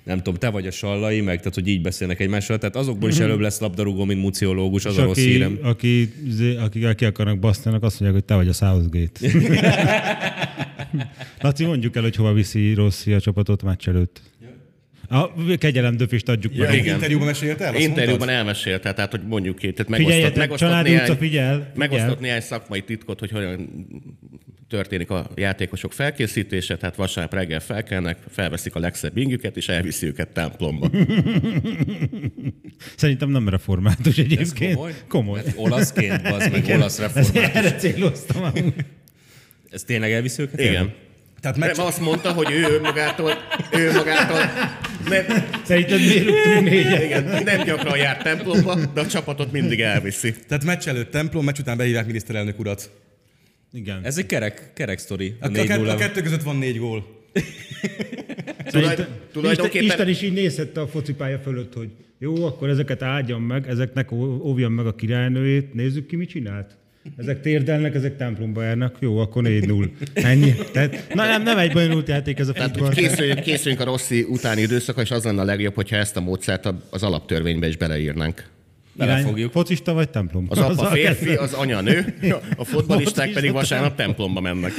nem tudom, te vagy a sallai, meg tehát, hogy így beszélnek egymással, tehát azokból is előbb lesz labdarúgó, mint muciológus, az Mhm. És a rossz aki, hírem. aki, izé- akik aki akarnak baszni, annak azt mondják, hogy te vagy a Southgate. Laci, mondjuk el, hogy hova viszi Rossi a csapatot meccs előtt. A kegyelem döfést adjuk Ja, meg. igen. Interjúban mesélte hát, el? azt Interjúban mondtad? elmesélte, tehát hogy mondjuk ki, tehát megosztott, Figyeljetek, megosztott, családi néhány, utca, figyel, figyel. megosztott néhány szakmai titkot, hogy hogyan történik a játékosok felkészítése, tehát vasárnap reggel felkelnek, felveszik a legszebb ingüket, és elviszi őket templomba. Szerintem nem református egyébként. komoly. Mert olaszként, az meg olasz Ezt református. erre céloztam amúgy. Ez tényleg elviszi őket? Igen. Tehát Meg meg azt mondta, hogy ő magától, ő magától nem, Szerinted miért rúgtunk négyet? igen, nem gyakran jár templomba, de a csapatot mindig elviszi. tehát meccs előtt templom, meccs után behívják miniszterelnök urat. Hát Hát Igen. Ez egy kerek, kerek sztori. A, A, a, kett- a 4-0. kettő között van négy gól. Szerintem- Tulaj- Szóval Isten, tulajdonképpen- Isten is így nézhette a focipálya fölött, hogy jó, akkor ezeket áldjam meg, ezeknek ó- óvjam meg a királynőjét, nézzük ki, mit csinált. Ezek térdelnek, ezek templomba járnak, jó, akkor 4-0. Ennyi. Tehát, na nem, nem egy bonyolult játék ez a futball. Tehát készüljünk, készüljünk a rossz utáni időszakra, és az lenne a legjobb, hogyha ezt a módszert a- az alaptörvénybe is beleírnánk. fogjuk. focista vagy templom? Az apa Azzal férfi, kezdve. az anya nő, a futbolisták pedig vasárnap templomba mennek.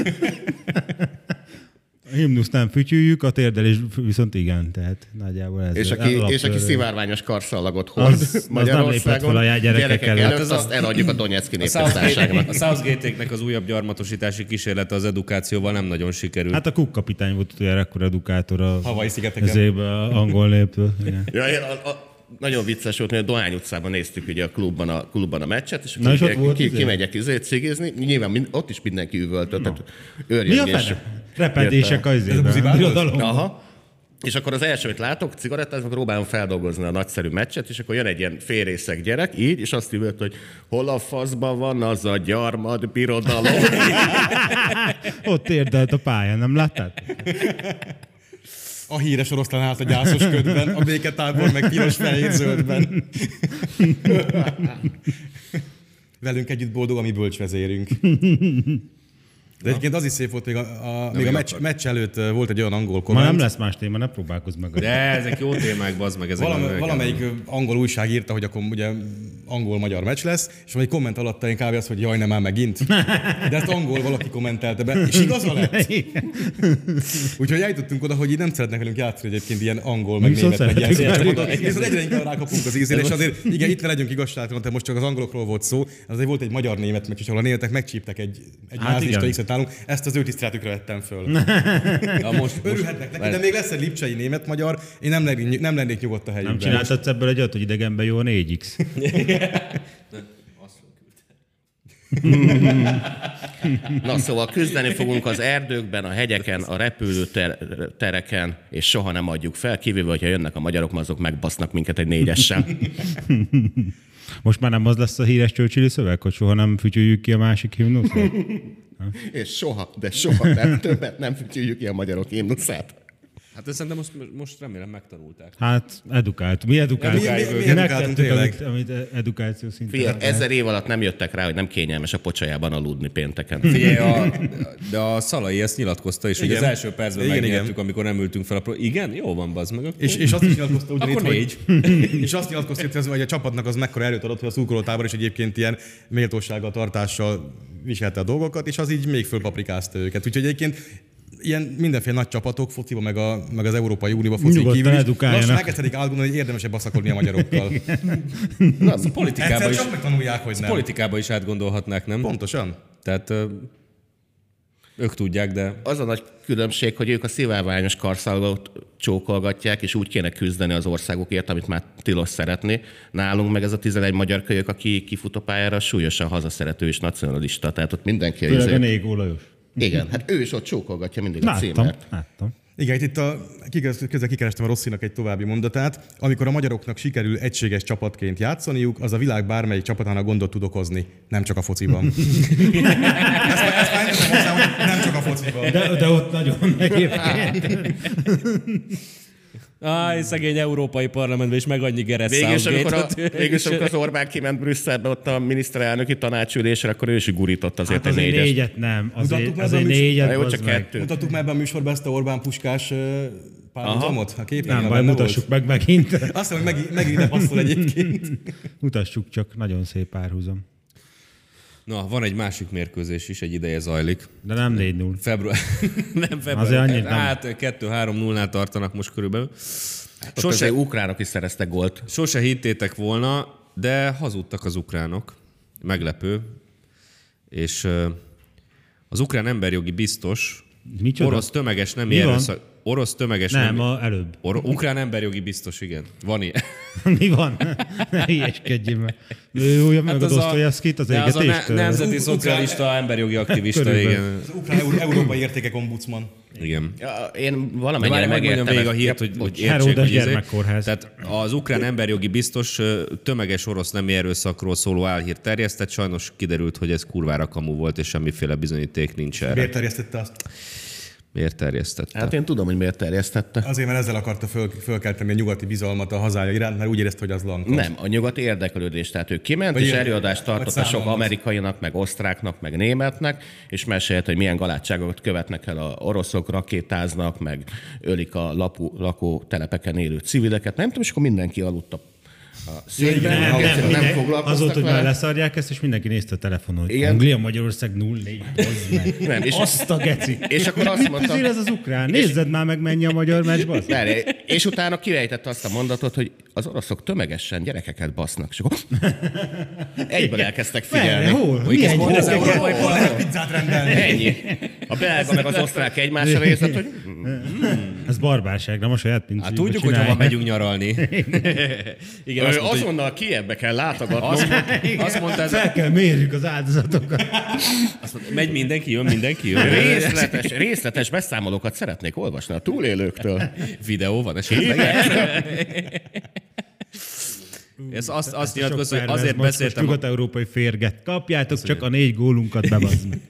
A himnuszt nem fütyüljük, a térdelés viszont igen, tehát nagyjából ez. az És aki, és aki alaptörvény. szivárványos karszalagot hord Az- az nem lépett Magyarországon, fel a gyerekek előtt. előtt, Hát az azt eladjuk a Donetszki A Southgate- népköztárságnak. A Southgate-nek az újabb gyarmatosítási kísérlete az edukációval nem nagyon sikerült. Hát, Hát a Cook kapitány volt utoljára akkor edukátor a Hawaii-szigeteken. ezébe a angol néptől. Igen. Ja, én a, a, nagyon vicces volt, mert a Dohány utcában néztük ugye a klubban a, klubban a meccset, és, Na, és ott ki- volt ki, izé? kimegyek izé, cigizni, nyilván mind, ott is mindenki üvöltött, tehát Mi a őrjöngés. fene? Repedések az Ez a izében. buzibálóz? Birodalom. Aha. És akkor az első, amit látok, cigarettázom, próbálom feldolgozni a nagyszerű meccset, és akkor jön egy ilyen férészek gyerek, így, és azt üvölt, hogy hol a faszban van az a gyarmad birodalom. Ott érdelt a pályán, nem láttad? A híres oroszlán állt a gyászos ködben, a béketábor meg piros fehér zöldben. Velünk együtt boldog a mi bölcs vezérünk. De egyébként az is szép volt, még a, a, még a meccs, meccs előtt ö, volt egy olyan angol Ma komment. nem lesz más téma, ne próbálkozz meg. De ezek jó témák, bazd meg ezek. Valam, nem- valamelyik ö, angol újság írta, hogy akkor ugye angol-magyar meccs lesz, és egy komment alatt én kb. az, hogy jaj, nem már megint. De ezt angol valaki kommentelte be, és igaza lett. Úgyhogy eljutottunk oda, hogy így nem szeretnek velünk játszani egyébként ilyen angol, meg Viszont német, meg ilyen szeretünk. szócsoportot. Viszont egyre inkább rákapunk az ízére, és azért igen, itt ne legyünk igazságtalan, de most csak az angolokról volt szó, azért volt egy magyar-német meccs, és ahol a németek megcsíptek egy, egy Hát hát mázista igen. X-et nálunk, ezt az ő tiszteletükre vettem föl. Ja, most, Örülhetnek neki, de még lesz egy lipcsei német-magyar, én nem lennék, nem lennék nyugodt a helyükben. Nem csináltad ebből egy olyat, hogy idegenben jó a 4x. Na szóval küzdeni fogunk az erdőkben, a hegyeken, a repülőtereken, és soha nem adjuk fel, kivéve, hogyha jönnek a magyarok, mert azok megbasznak minket egy négyessel. Most már nem az lesz a híres Churchill szöveg, hogy soha nem fütyüljük ki a másik himnuszt? És soha, de soha nem, többet nem fütyüljük ki a magyarok himnuszát. hát ezt szerintem most, most remélem megtanulták. Hát edukált. Mi edukált? Mi- mi- mi- mi edukáltunk Megtettük, tényleg? amit, amit edukáció szinten. Figyelj, ezer év alatt nem jöttek rá, hogy nem kényelmes a pocsolyában aludni pénteken. Figyelj, a, de a Szalai ezt nyilatkozta is, hogy az első percben Igen, megnyertük, amikor nem ültünk fel a pro... Igen? Jó van, bazd meg. És, és azt is nyilatkozta ugyanitt, Akkor hogy, és azt nyilatkozta, itt, hogy a csapatnak az mekkora erőt adott, hogy a szurkolótábor is egyébként ilyen méltósággal, tartással viselte a dolgokat, és az így még fölpaprikázta őket. Úgyhogy egyébként ilyen mindenféle nagy csapatok, fociba, meg, a, meg az Európai Unióba foci Nyugodtan kívül is, edukáljanak. lassan elkezdedik átgondolni, hogy érdemesebb baszakodni a magyarokkal. a politikában Egyszer is, csak megtanulják, hogy nem. politikában is átgondolhatnák, nem? Pontosan. Tehát ö, ők tudják, de Az a nagy különbség, hogy ők a szivárványos karszalgot csókolgatják, és úgy kéne küzdeni az országokért, amit már tilos szeretni. Nálunk meg ez a 11 magyar kölyök, aki kifut a pályára, súlyosan hazaszerető és nacionalista. Tehát ott mindenki a Főleg a izé- Négó Lajos. Igen, hát ő is ott csókolgatja mindig a Láttam, címert. láttam. Igen, itt a, kikez- közben kikerestem a Rosszinak egy további mondatát. Amikor a magyaroknak sikerül egységes csapatként játszaniuk, az a világ bármelyik csapatának gondot tud okozni. Nem csak a fociban. ezt, már- ezt már nyilván hozzám, hogy nem csak a fociban. De, de ott nagyon egyébként. Áj, szegény európai parlamentben is meg annyi Végül is, geresztát. amikor, a, végül is, amikor az Orbán kiment Brüsszelbe, ott a miniszterelnöki tanácsülésre, akkor ő is gurított azért Hát hát a azért négyes. Négy... négyet nem. Mutattuk Azért, már azért be a műsor- négyet. Na jó, bazd csak meg. kettő. Mutattuk már ebben a műsorban ezt a Orbán Puskás ö, párhuzamot a képen. Nem a baj, benne mutassuk volt? meg megint. Azt hiszem, hogy meg, megint ide passzol egyébként. Mutassuk csak, nagyon szép párhuzam. Na, van egy másik mérkőzés is, egy ideje zajlik. De nem 4-0. Február... nem február. Azért annyit nem. hát 2-3-0-nál tartanak most körülbelül. Sose Sose, ukránok is szereztek gólt. sose hittétek volna, de hazudtak az ukránok. Meglepő. És ö, az ukrán emberjogi biztos, Micsoda? orosz tömeges nem Mi van? erőszak, orosz tömeges Nem, a előbb. Or- ukrán emberjogi biztos, igen. Van ilyen. Mi van? Ne hülyeskedjél már. Ő újra meg a Hát az a- Dostoyevskit az de az a ne- égetéstől. nemzeti Ukrán- szocialista emberjogi aktivista, Körülbelül. igen. Az ukrán Euró- európai értékek ombudsman. igen. Ja, Én De valamennyire várj, megmondjam megértem. végig a ezt. hírt, hogy, hogy értsék, Heródes hogy izé- gyermekkórház. Tehát az ukrán emberjogi biztos ö, tömeges orosz nemi erőszakról szóló álhírt terjesztett, sajnos kiderült, hogy ez kurvára kamu volt, és semmiféle bizonyíték nincs erre. Miért terjesztette azt? Miért terjesztette? Hát én tudom, hogy miért terjesztette. Azért, mert ezzel akarta föl, fölkelteni a nyugati bizalmat a hazája iránt, mert úgy érezte, hogy az lanka. Nem, a nyugati érdeklődés. Tehát ő kiment, Vagy és ilyen- előadást tartott a vagy sok számolnak. amerikainak, meg osztráknak, meg németnek, és mesélt, hogy milyen galátságokat követnek el a oroszok, rakétáznak, meg ölik a lapú, lakótelepeken élő civileket. Nem tudom, és akkor mindenki aludt a a székben, Nem, nem, egyszerűen nem, nem minden, foglalkoztak az volt, hogy már vele. leszarják ezt, és mindenki nézte a telefonon, hogy Igen. Anglia, Magyarország 0-4, bazd meg. Nem, és- Azt a geci. Hát És akkor azt Mit mondta, azért ez az ukrán? Nézzed már meg, mennyi a magyar meccs, bazd. Várj, és utána kirejtette azt a mondatot, hogy az oroszok tömegesen gyerekeket basznak, és akkor egyből elkezdtek figyelni. Merre? Hol? Mondjuk Milyen ezt mondom, gyerekeket? ez Hol Európában- lehet pizzát rendelni? Ennyi. A belga meg az osztrák egymásra nézett, hogy Ez barbárság, nem a saját pincébe Hát tudjuk, hogy hova megyünk nyaralni. Igen, azt Ö, mondta, hogy azonnal kiebbe kell látogatnom. azt mondta, azt mondta ez, Fel kell mérjük az áldozatokat. azt mondta, megy mindenki, jön mindenki, jön. Részletes, részletes beszámolókat szeretnék olvasni a túlélőktől. Videó van esetleg. Ez azt, azt nyilatkozza, hogy azért beszéltem, a- Nyugat-európai férget. Kapjátok csak a négy gólunkat, bebazd meg.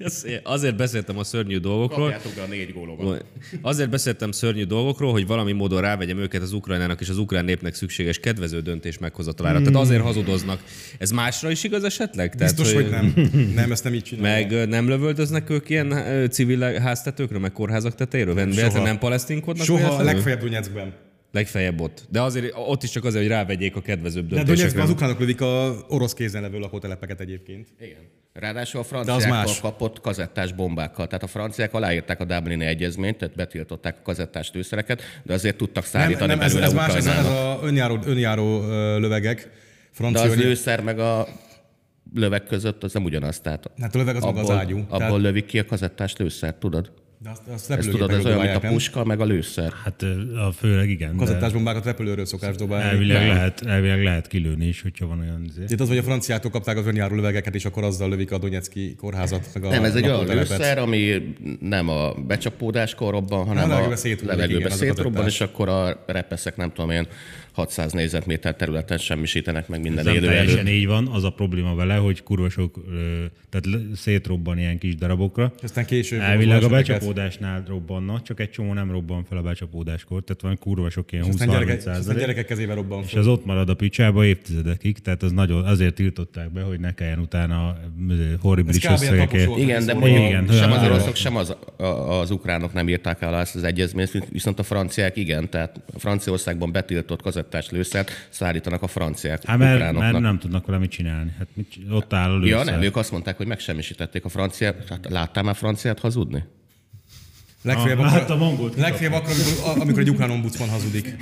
azért beszéltem a szörnyű dolgokról, Kapjátok be a négy gólomat. Azért beszéltem szörnyű dolgokról, hogy valami módon rávegyem őket az Ukrajnának és az ukrán népnek szükséges kedvező döntés meghozatalára. Mm. Tehát azért hazudoznak. Ez másra is igaz esetleg? Tehát, Hmm. Biztos, hogy nem. Nem, ezt nem így csinálják. Meg ö, nem lövöldöznek ők ilyen ö, civil háztetőkről, meg kórházak tetejéről? Véletlenül nem palesztinkodnak? Soha, véletlenül? legfeljebb Donetskben. legfeljebb ott. De azért ott is csak azért, hogy rávegyék a kedvezőbb De Donetskben döntésekre. az ukránok lövik a orosz kézen levő lakótelepeket egyébként. Igen. Ráadásul a De franciákkal az más. kapott kazettás bombákkal. Tehát a franciák aláírták a Dublini egyezményt, tehát betiltották a kazettás tűszereket, de azért tudtak Nem, szállítani nem ez, belőle ez más, ez, ez Ukrajnának. a önjáró, önjáró ö, lövegek. De Francia az önjáró- lőszer meg a löveg között az nem ugyanaz. Tehát Hát a löveg az maga az abból, ágyú. abból Tehát- lövik ki a kazettás lőszert, tudod? De azt, azt Ezt repülőgépek tudod, ez olyan, mint dobálják, a nem? puska, meg a lőszer. Hát ö, a főleg igen. De Kazettás bombákat repülőről szokás dobálni. elvileg, lehet, elvileg lehet kilőni is, hogyha van olyan... izé. Itt az, hogy a franciától kapták az önjáró lövegeket, és akkor azzal lövik a Donetszki kórházat, meg a Nem, ez egy olyan lakótelepet. lőszer, ami nem a becsapódáskor robban, hanem A a levegőbe szétrobban, igen, levegőbe azok a szétrobban, többás. és akkor a repeszek, nem tudom én, 600 négyzetméter területen semmisítenek meg minden Ez nem élő teljesen erőt. így van, az a probléma vele, hogy kurva sok, ö, tehát l- szétrobban ilyen kis darabokra. És aztán később Elvileg a olvasod ezeket. becsapódásnál robbannak, csak egy csomó nem robban fel a becsapódáskor, tehát van kurva sok ilyen És aztán gyerekek, 20-30 és aztán százalék. gyerekek kezébe robban. És az ott marad a picsába évtizedekig, tehát az nagyon, azért tiltották be, hogy ne kelljen utána ö, horribilis Ez kb. a összegekért. tapos volt. Igen, de Igen, mondjuk igen, sem az igen. oroszok, sem az, a- az ukránok nem írták alá ezt az egyezményt, viszont a franciák igen, tehát Franciaországban betiltott kazettás lőszert szállítanak a franciák Hát mert, ukránoknak. mert, nem tudnak vele mit csinálni. Hát mit, csi- ott áll a lőszer. Ja, nem, ők azt mondták, hogy megsemmisítették a franciát. Hát Láttál már franciát hazudni? Legfeljebb Ah, akkor, hát a mongolt legfeljebb akkor amikor, amikor egy ukrán ombudsman hazudik.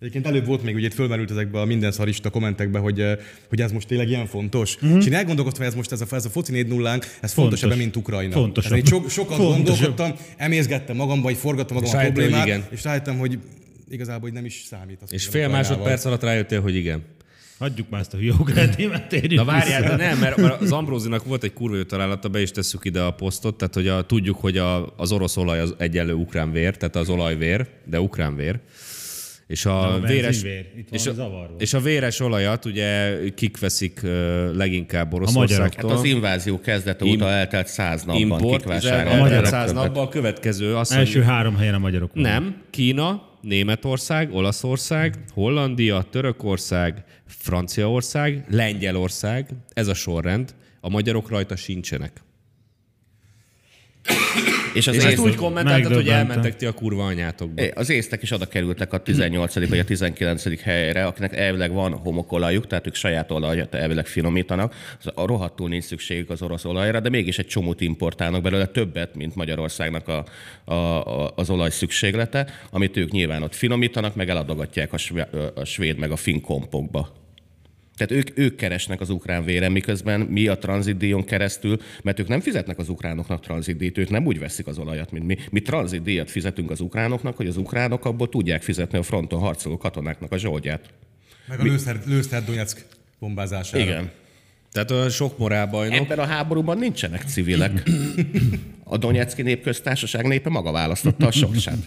Egyébként előbb volt még, ugye itt fölmerült ezekbe a minden szarista kommentekbe, hogy, eh, hogy ez most tényleg ilyen fontos. Mhm. Mm-hmm. És én elgondolkoztam, hogy ez most ez a, ez a foci 4 0 ez fontosabb, mint Ukrajna. Fontosabb. Ezen így so, sokat Fontosabb. gondolkodtam, emészgettem magamba, vagy forgattam És magam a rájöttem, hogy problémát, igen. és rájöttem, hogy igazából hogy nem is számít. Az És hogy fél Ukrajnával. másodperc alatt rájöttél, hogy igen. Hagyjuk már ezt a hülye ukrán témát, térjünk Na várjál, vissza. de nem, mert mert az Ambrózinak volt egy kurva jó találata, be is tesszük ide a posztot, tehát hogy a, tudjuk, hogy a, az orosz olaj az egyenlő ukrán vér, tehát az olajvér, de ukrán vér. És a, a véres, benzinvér. Itt van és, a zavarva. és a véres olajat ugye kik veszik ö, leginkább magyarok. Oroszországtól. Hát az invázió kezdete Im- óta eltelt száz napban import, és Import, kikvásárolták. eltelt magyarok száz többet. napban a következő az, Első hogy három helyen a magyarok vannak. nem, Kína, Németország, Olaszország, Hollandia, Törökország, Franciaország, Lengyelország, ez a sorrend, a magyarok rajta sincsenek. És az És ezt úgy ész- kommentáltad, hogy megdöbbentem. elmentek ti a kurva anyátokba. É, az észtek is oda kerültek a 18. vagy a 19. helyre, akinek elvileg van homokolajuk, tehát ők saját olajat elvileg finomítanak. Az- A rohadtul nincs szükségük az orosz olajra, de mégis egy csomót importálnak belőle, többet, mint Magyarországnak a, a, a, az olaj szükséglete, amit ők nyilván ott finomítanak, meg eladogatják a, sve, a svéd meg a finn kompokba. Tehát ők, ők keresnek az ukrán véren, miközben mi a tranzitdíjon keresztül, mert ők nem fizetnek az ukránoknak tranzitdíjat, ők nem úgy veszik az olajat, mint mi. Mi tranzitdíjat fizetünk az ukránoknak, hogy az ukránok abból tudják fizetni a fronton harcoló katonáknak a zsoldját. Meg a lőszer, lőszer Donetsk bombázására. Igen. Tehát olyan sok morálbajnok. Ebben a háborúban nincsenek civilek. A Donetszki Népköztársaság népe maga választotta a sorsát.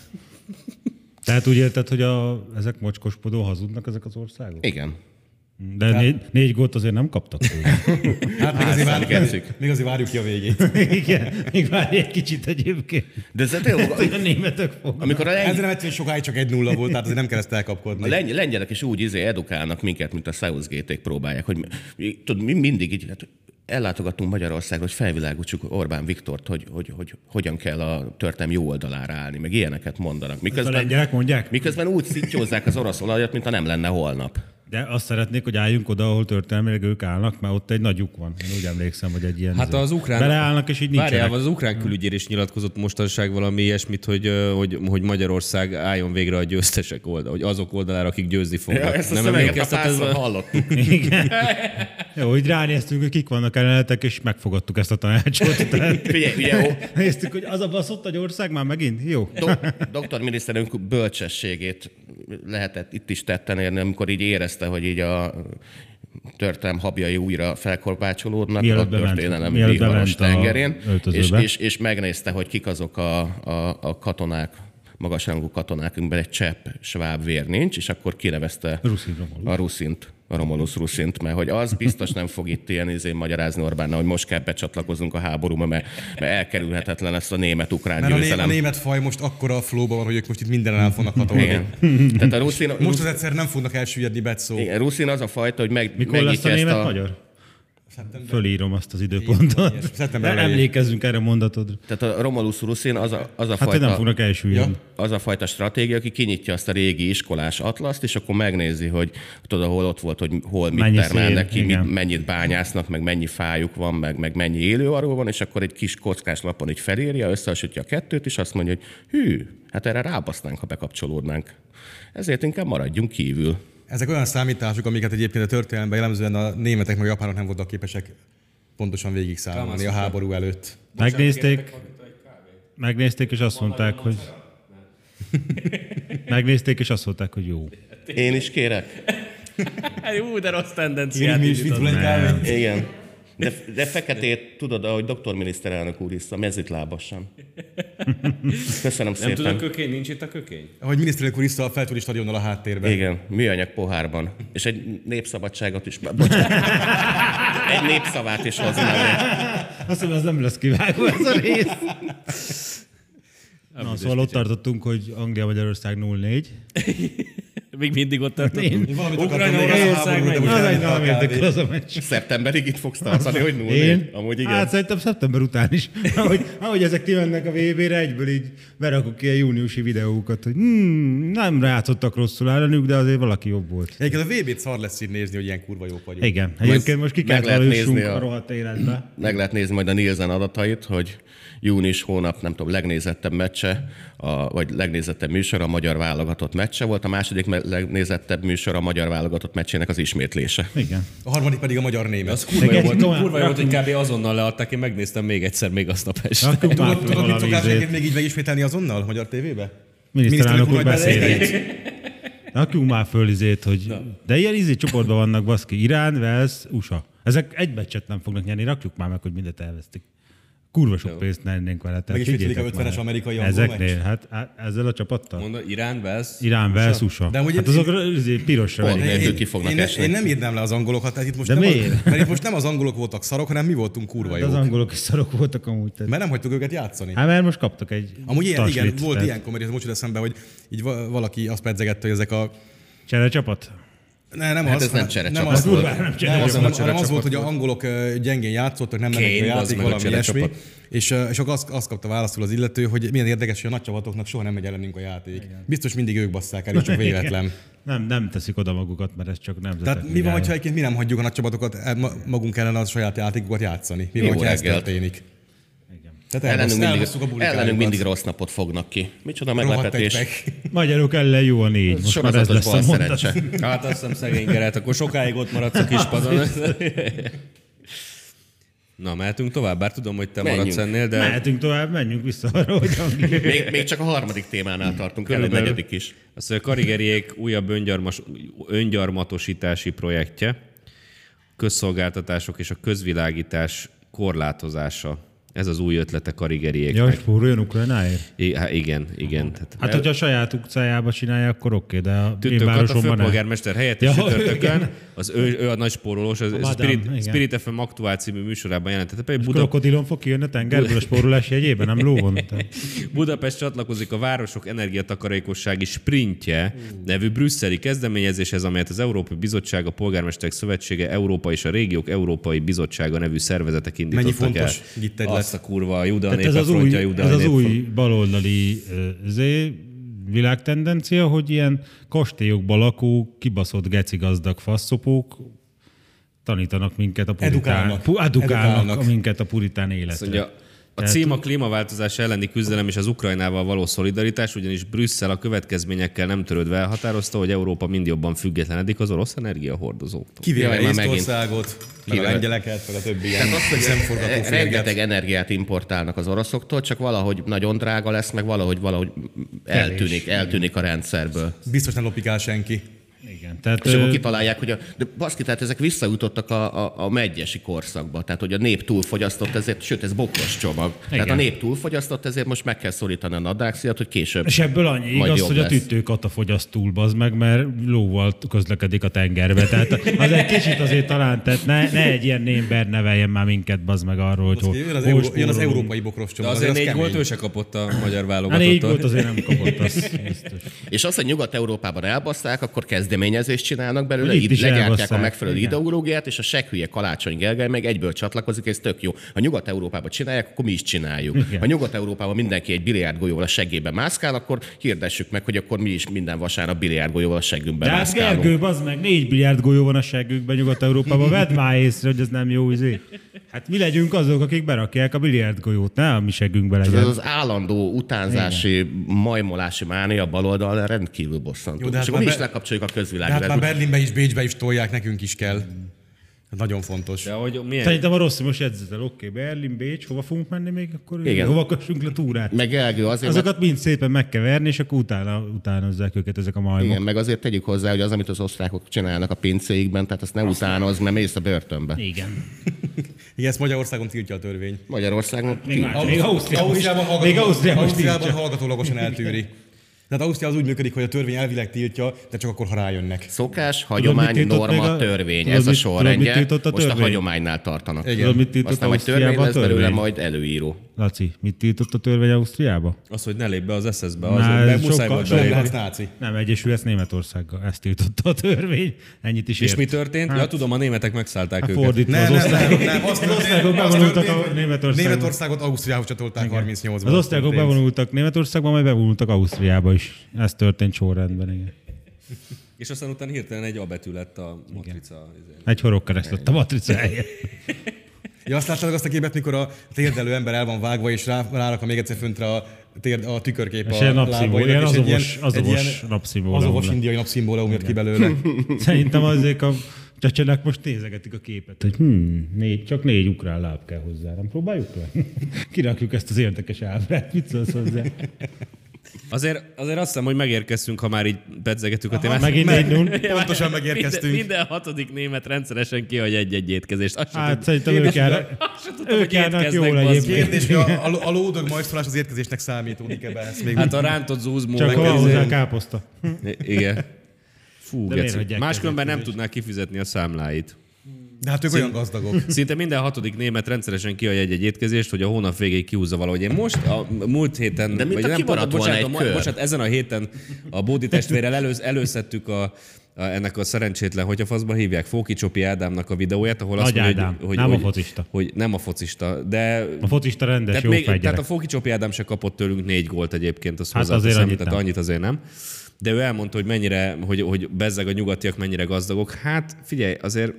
Tehát úgy érted, hogy a, ezek mocskospodó hazudnak ezek az országok? Igen. De négy, négy gólt azért nem kaptak. tőle. Hát még azért, várjuk, kezdjük. még azért várjuk ki a végét. Igen, még várj egy kicsit egyébként. De ez tényleg, A németek fognak. amikor a lengy- Ezzel nem egyszerűen sokáig csak egy nulla volt, tehát azért nem kellett elkapkodni. A lengy- lengyelek is úgy izé edukálnak minket, mint a South Gate-ék próbálják, hogy mi- mi, tudod, mi mindig így, hát ellátogatunk Magyarországra, hogy felvilágítsuk Orbán Viktort, hogy, hogy, hogy hogyan kell a történelem jó oldalára állni, meg ilyeneket mondanak. a Miközben, lengyelek mondják? miközben úgy szittyózzák az orosz olajat, mint ha nem lenne holnap. De azt szeretnék, hogy álljunk oda, ahol történelmileg ők állnak, mert ott egy nagy lyuk van. Én úgy emlékszem, hogy egy ilyen... Hát izé- az ukrán... Beleállnak, és így nincsenek. Várjál, az ukrán külügyér is nyilatkozott mostanság valami ilyesmit, hogy, ö, hogy, hogy Magyarország álljon végre a győztesek oldal, hogy azok oldalára, akik győzni fognak. Ja, ezt a szöveget a emlékeztet ez pászon a- hallottuk. Jó, hogy ránéztünk, hogy kik vannak ellenetek, és megfogadtuk ezt a tanácsot. Tehát Figyelj, ugye, ó, néztük, hogy az a baszott egy ország már megint? Jó. Do- doktor miniszterünk bölcsességét lehetett itt is tetten érni, amikor így érezte, hogy így a történelem habjai újra felkorbácsolódnak Mielőtt a bement- történelem mielőtt viharos bement a tengerén, és, öltözőbe. és, és megnézte, hogy kik azok a, a, a katonák, magasrangú katonák, amiben egy csepp sváb vér nincs, és akkor kinevezte Ruszin Romulus. a Ruszint, a Romulus Ruszint, mert hogy az biztos nem fog itt ilyen izén magyarázni Orbánnal, hogy most kell becsatlakozunk a háborúba, mert, mert elkerülhetetlen lesz a német-ukrán Mert a, né- a győzelem. német faj most akkora a flóban van, hogy ők most itt minden el fognak hatolni. Igen. Tehát a ruszin, Most az egyszer nem fognak elsüllyedni betszó. igen, ruszin az a fajta, hogy meg, Mikor lesz a megnyitja német ezt a... a... magyar? Fölírom azt az időpontot. Szeptember De elején. emlékezzünk erre a mondatodra. Tehát a Romulus ruszin az a, az Hát, a hogy fajta... nem fognak elsüllyedni. az a fajta stratégia, aki kinyitja azt a régi iskolás atlaszt, és akkor megnézi, hogy tudod, hol ott volt, hogy hol mit Mennyi mennyi termelnek szén, ki, igen. mit, mennyit bányásznak, meg mennyi fájuk van, meg, meg mennyi élő arról van, és akkor egy kis kockás lapon így felírja, összehasonlítja a kettőt, és azt mondja, hogy hű, hát erre rábasznánk, ha bekapcsolódnánk. Ezért inkább maradjunk kívül. Ezek olyan számítások, amiket egyébként a történelemben jellemzően a németek meg a japánok nem voltak képesek pontosan végig számolni a háború előtt. Megnézték, megnézték, és azt mondták, hogy... Megnézték, és azt mondták, hogy jó. Én is kérek. Jó, de rossz tendenciát indított. Nem. Igen. De, de feketét tudod, ahogy doktor miniszterelnök úr iszta, mezitlábasan. Köszönöm Nem szépen. tudom, kökény, nincs itt a kökény? Ahogy miniszterelnök úr iszta a feltúri stadionnal a háttérben. Igen, műanyag pohárban. És egy népszabadságot is, bocsánat, egy népszavát is hozzá. Azt hiszem, ez nem lesz kivágva ez a rész. Na, szóval ott tartottunk, hogy Anglia-Magyarország 0-4. Még mindig ott tartunk. Én valamit akartam Ukrajna, még a Oroszország, háború, meg... de most Az egy elment nem a kávé. érdekel az a meccs. Szeptemberig itt fogsz tartani, hogy nulla. Én? Amúgy igen. Hát szerintem szeptember után is. Ahogy, ahogy ezek kimennek a VB-re, egyből így berakok ki a júniusi videókat, hogy hmm, nem játszottak rosszul ellenük, de azért valaki jobb volt. Egyébként a VB-t szar lesz így nézni, hogy ilyen kurva jók vagyunk. Igen, egyébként most ki kell meg lehet valósunk nézni a... a- a rohadt életbe. Meg lehet nézni majd a Nielsen adatait, hogy június hónap, nem tudom, legnézettebb meccse, a, vagy legnézettebb műsor a magyar válogatott meccse volt, a második me- legnézettebb műsor a magyar válogatott meccsének az ismétlése. Igen. A harmadik pedig a magyar-német. Az kurva jó Igen, volt, komolyan. kurva jó volt, hogy kb. azonnal leadták, én megnéztem még egyszer, még aznap este. Raktunk már fel Tudod, tudod, mit valami szokás izét. egyébként még így megismételni azonnal magyar tévébe? Miniszterelnök úr nagy beszél. beszédét. Rakjunk már föl izét, hogy... De ilyen izé csoportban vannak, baszki. Irán, Velsz, USA. Ezek egy meccset nem fognak nyerni, rakjuk már meg, hogy mindet elvesztik. Kurva sok pénzt nyernénk vele. tehát Megismételik a figyeljetek 50-es már. amerikai angol Ezeknél, hát á- ezzel a csapattal. Mondom, Irán, Velsz, Irán, Velsz, USA. De amúgy hát én- azok izé pirosra Pont. verik. Lehet, Én- ők ki fognak én, ne- esni. én, nem írnám le az angolokat, tehát itt most, De nem miért? Hát A, mert itt most nem az angolok voltak szarok, hanem mi voltunk kurva Az jók. angolok is szarok voltak amúgy. Tehát. Mert nem hagytuk őket játszani. Hát mert most kaptak egy Amúgy ilyen, igen, taslit, volt tehát ilyen komedi, most jut eszembe, hogy így va- valaki azt pedzegette, hogy ezek a... Cserecsapat? Ne, nem Hát az, ez nem hanem- cserecsapat az volt. volt, Hát nem, nem nem, az, cserecsapat. hanem, hanem az volt, hogy a angolok ö, gyengén játszottak, nem mennek a Kane, az játék, meg a valami cserecsapat. ilyesmi. És, ö, és akkor azt, azt kapta válaszul az illető, hogy milyen érdekes, hogy a nagy csapatoknak soha nem megy ellenünk a játék. Biztos mindig ők basszák el, és csak véletlen. Nem, nem teszik oda magukat, mert ez csak nem. Tehát mi van, ha egyébként mi nem hagyjuk a nagy csapatokat el- ma- magunk ellen a saját játékokat játszani? Mi, van, jó ha ez reggelt. történik? Tehát Ellenünk elbasz- mindig, elbasszuk a bulikájukat. ellenünk mindig rossz napot fognak ki. Micsoda Rohadt egy meglepetés. pek. Magyarok ellen jó a négy, most már ez Sorozatos lesz a bal mondat. szerencse. Hát azt hiszem szegény keret, akkor sokáig ott maradsz a kispadon. Na, mehetünk tovább, bár tudom, hogy te Menjünk. maradsz ennél, de... Mehetünk tovább, menjünk vissza arra, hogy Anglia. Még, még csak a harmadik témánál tartunk, kell egy Körülbelül. negyedik is. Azt mondja, Karigeriék újabb öngyarmas, öngyarmatosítási projektje, közszolgáltatások és a közvilágítás korlátozása. Ez az új ötlete Ja, Karigeriéknek. hogy fúrjon Ukrajnáért? I- hát igen, igen. Tehát Hát, hogyha a saját utcájába csinálja, akkor oké, de a én Tüttőkat hát a városomban nem. főpolgármester helyettes Ja, csütörtökön, az ő, ő a nagy spórolós, az madám, igen. Spirit, Spirit FM aktuál című műsorában jelentette. Például Buda, Krokodilon fog kijönni a tengerből a spórolás jegyében, nem lóvon. Tehát Budapest csatlakozik a Városok Energiatakarékossági Sprintje nevű brüsszeli kezdeményezéshez, amelyet az Európai Bizottság, a Polgármesterek Szövetsége, Európa és a Régiók Európai Bizottsága nevű szervezetek indítottak fontos el. itt egy Azt a kurva a Júda ez népe az új, frontja, Júda ez az nép új baloldali ö, zé, világtendencia, hogy ilyen kastélyokba lakó, kibaszott geci gazdag faszopók tanítanak minket a puritán, Edukálnak. Pu, edukálnak, Edukálnak. edukálnak minket a puritán életre. Azt mondja, a cím a klímaváltozás elleni küzdelem és az Ukrajnával való szolidaritás, ugyanis Brüsszel a következményekkel nem törődve elhatározta, hogy Európa mind jobban függetlenedik az orosz energiahordozóktól. Kivéve Jaj, már megint. Észtországot, meg a Kivéve. lengyeleket, meg a többi ilyen Tehát azt, szemforgató hogy rengeteg férget. energiát importálnak az oroszoktól, csak valahogy nagyon drága lesz, meg valahogy, valahogy eltűnik, eltűnik a rendszerből. Biztos nem lopik el senki. Igen, tehát És ö, akkor kitalálják, hogy a, de baszki, tehát ezek visszajutottak a, a, a megyesi korszakba, tehát hogy a nép túlfogyasztott ezért, sőt ez bokros csomag. Igen. Tehát a Igen. nép túlfogyasztott ezért most meg kell szorítani a nadrágszíjat, hogy később. és ebből annyi Majd igaz, jobb hogy a lesz. tüttőkata fogyaszt túl, bazd meg, mert lóval közlekedik a tengerbe. Tehát az egy kicsit azért talán, tehát ne, ne egy ilyen némber neveljen már minket, bazd meg arról, hogy hol, Jön az, hol euró, jön az spórolunk. európai bokros De csomag. azért az négy kemény. gólt ő se kapott a magyar Hát négy volt, válogatottól. azért nem kapott, az biztos. És azt, hogy Nyugat-Európában elbaszták, akkor kezdeményezést csinálnak belőle, Hogy itt itt, is legyártják a elbasszák, megfelelő igen. ideológiát, és a sekhülye Kalácsony Gergely meg egyből csatlakozik, ez tök jó. Ha Nyugat-Európában csinálják, akkor mi is csináljuk. Igen. Ha Nyugat-Európában mindenki egy biliárdgolyóval a segébe mászkál, akkor hirdessük meg, hogy akkor mi is minden vasárnap biliárdgolyóval a segünkbe De hát mászkálunk. Gergő, az meg, négy milliárd golyó van a seggükben Nyugat-Európában, vedd már észre, hogy ez nem jó izé. Hát mi legyünk azok, akik berakják a milliárd golyót, ne a mi seggünkbe Ez legyen. az állandó utánzási, majmolási mánia baloldal rendkívül bosszantó. Jó, de Jó, és hát már akkor mi is be- lekapcsoljuk a De hát már közvilágra. Berlinbe is, Bécsbe is tolják, nekünk is kell. Ez nagyon fontos. De hogy milyen Szerintem a rossz, hogy most edzetel, oké, Berlin, Bécs, hova fogunk menni még akkor? Igen. Hova kössünk le túrát? Meg Gergő azért, mert Azokat mind szépen meg kell verni, és akkor utána, utánozzák őket ezek a majmok. Igen, meg azért tegyük hozzá, hogy az, amit az osztrákok csinálnak a pincéikben, tehát azt ne utánoz, mert mész a börtönbe. Igen. Igen, ezt Magyarországon tiltja a törvény. Magyarországon ki? Már Még Ausztriában is. hallgató- Még Ausztriában is Ausztriában tiltja. hallgatólagosan eltűri. Tehát Ausztriában az úgy működik, hogy a törvény elvileg tiltja, de csak akkor, ha rájönnek. Szokás, mit hagyomány, tiltott norma, még a- törvény. tudod, Ez a mit- sorrendje. tudod, mit tiltott a Most a törvény? hagyománynál tartanak. Igen. Tudod, mit tiltott Aztán majd törvény Ausztriába a lesz belőle, törvény? majd előíró. Laci, mit tiltott a törvény Ausztriába? az, hogy ne lép be az eszedbe, az, Na, hogy be- ez muszáj sokkal- volt sokkal- belépni. Ez náci. Nem, egyesülhetsz Németországgal. Ezt tiltotta a törvény. Ennyit is És ért. mi történt? Hát, ja, tudom, a németek megszállták Hát őket. fordítva Nem, az nem, nem, osztályok. nem, azt Az történt, osztályok azt bevonultak történt, a hogy Németországhoz. Németországot Ausztriához csatolták 38-ban. Az osztályok bevonultak Németországba, majd bevonultak Ausztriába is. Ez történt sorrendben, igen. És aztán utána hirtelen egy A betű lett a matrica. izé. Egy horog keresztett a matrica helyett. Ja, azt láttad azt a képet, mikor a térdelő ember el van vágva, és rá, rárakva még egyszer föntre a, térd, a tükörkép És a ilyen napszimbólum, lábaira, ilyen és egy azovos- azovos egy ilyen napszimbólum Azovos lett. indiai napszimbólum jött ki belőle. Szerintem azért a csecsenek most nézegetik a képet, hogy hmm, négy, csak négy ukrán láb kell hozzá. Nem próbáljuk le? Kirakjuk ezt az érdekes ábrát. Mit szólsz hozzá? Azért, azért azt hiszem, hogy megérkeztünk, ha már így pedzegetük a témát. Megint egy null. Minden, Pontosan megérkeztünk. minden hatodik német rendszeresen kihagy egy-egy étkezést. Azt sem Hát tud- szerintem ők, jár, azt sem tudtam, ők hogy járnak étkeznek, jól bazd meg. egyébként. Kérdés, hogy a, a, a lódög majszolás az érkezésnek számítódik ebbe, ezt még Hát a rántott zúzmó. Csak meg van izé- hozzá káposzta. Igen. Fú, De miért geci. hagyják Máskülönben nem tudnák kifizetni a számláit. De hát ők olyan gazdagok. Szinte minden hatodik német rendszeresen kiadja egy-egy étkezést, hogy a hónap végéig kiúzza valahogy. Én most a múlt héten, De mint a nem, kimaradt volna bocsánat, egy a, kör. bocsánat, ezen a héten a Bódi testvérrel előz, előszettük a, a, ennek a szerencsétlen, hogy a faszba hívják, Fóki Csopi Ádámnak a videóját, ahol azt Nagy mondja, Ádám, hogy, hogy, nem a hogy, focista. Hogy nem a focista, de A focista rendes, tehát, jó még, fej tehát gyerek. a Fóki Csopi Ádám se kapott tőlünk négy gólt egyébként, azt Hát hát azért azért annyit annyit tehát nem. annyit azért nem. De ő elmondta, hogy mennyire, hogy, hogy bezzeg a nyugatiak mennyire gazdagok. Hát figyelj, azért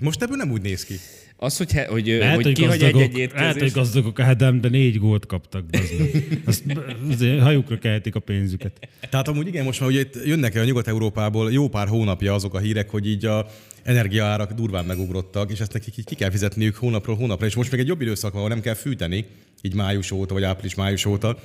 Most ebből nem úgy néz ki. az, hogy, he- hogy, Lehet, hogy, hogy, kihagy egy-egy gazdagok, lehet, hogy étkezést, gazdagok Ádám, de négy gólt kaptak. bazd meg. Azt, azért hajukra kehetik a pénzüket. Tehát amúgy igen, most már ugye itt jönnek el a Nyugat-Európából jó pár hónapja azok a hírek, hogy így a energiaárak durván megugrottak, és ezt nekik így ki kell fizetniük hónapról hónapra, és most még egy jobb időszak van, ahol nem kell fűteni, így május óta, vagy április-május óta.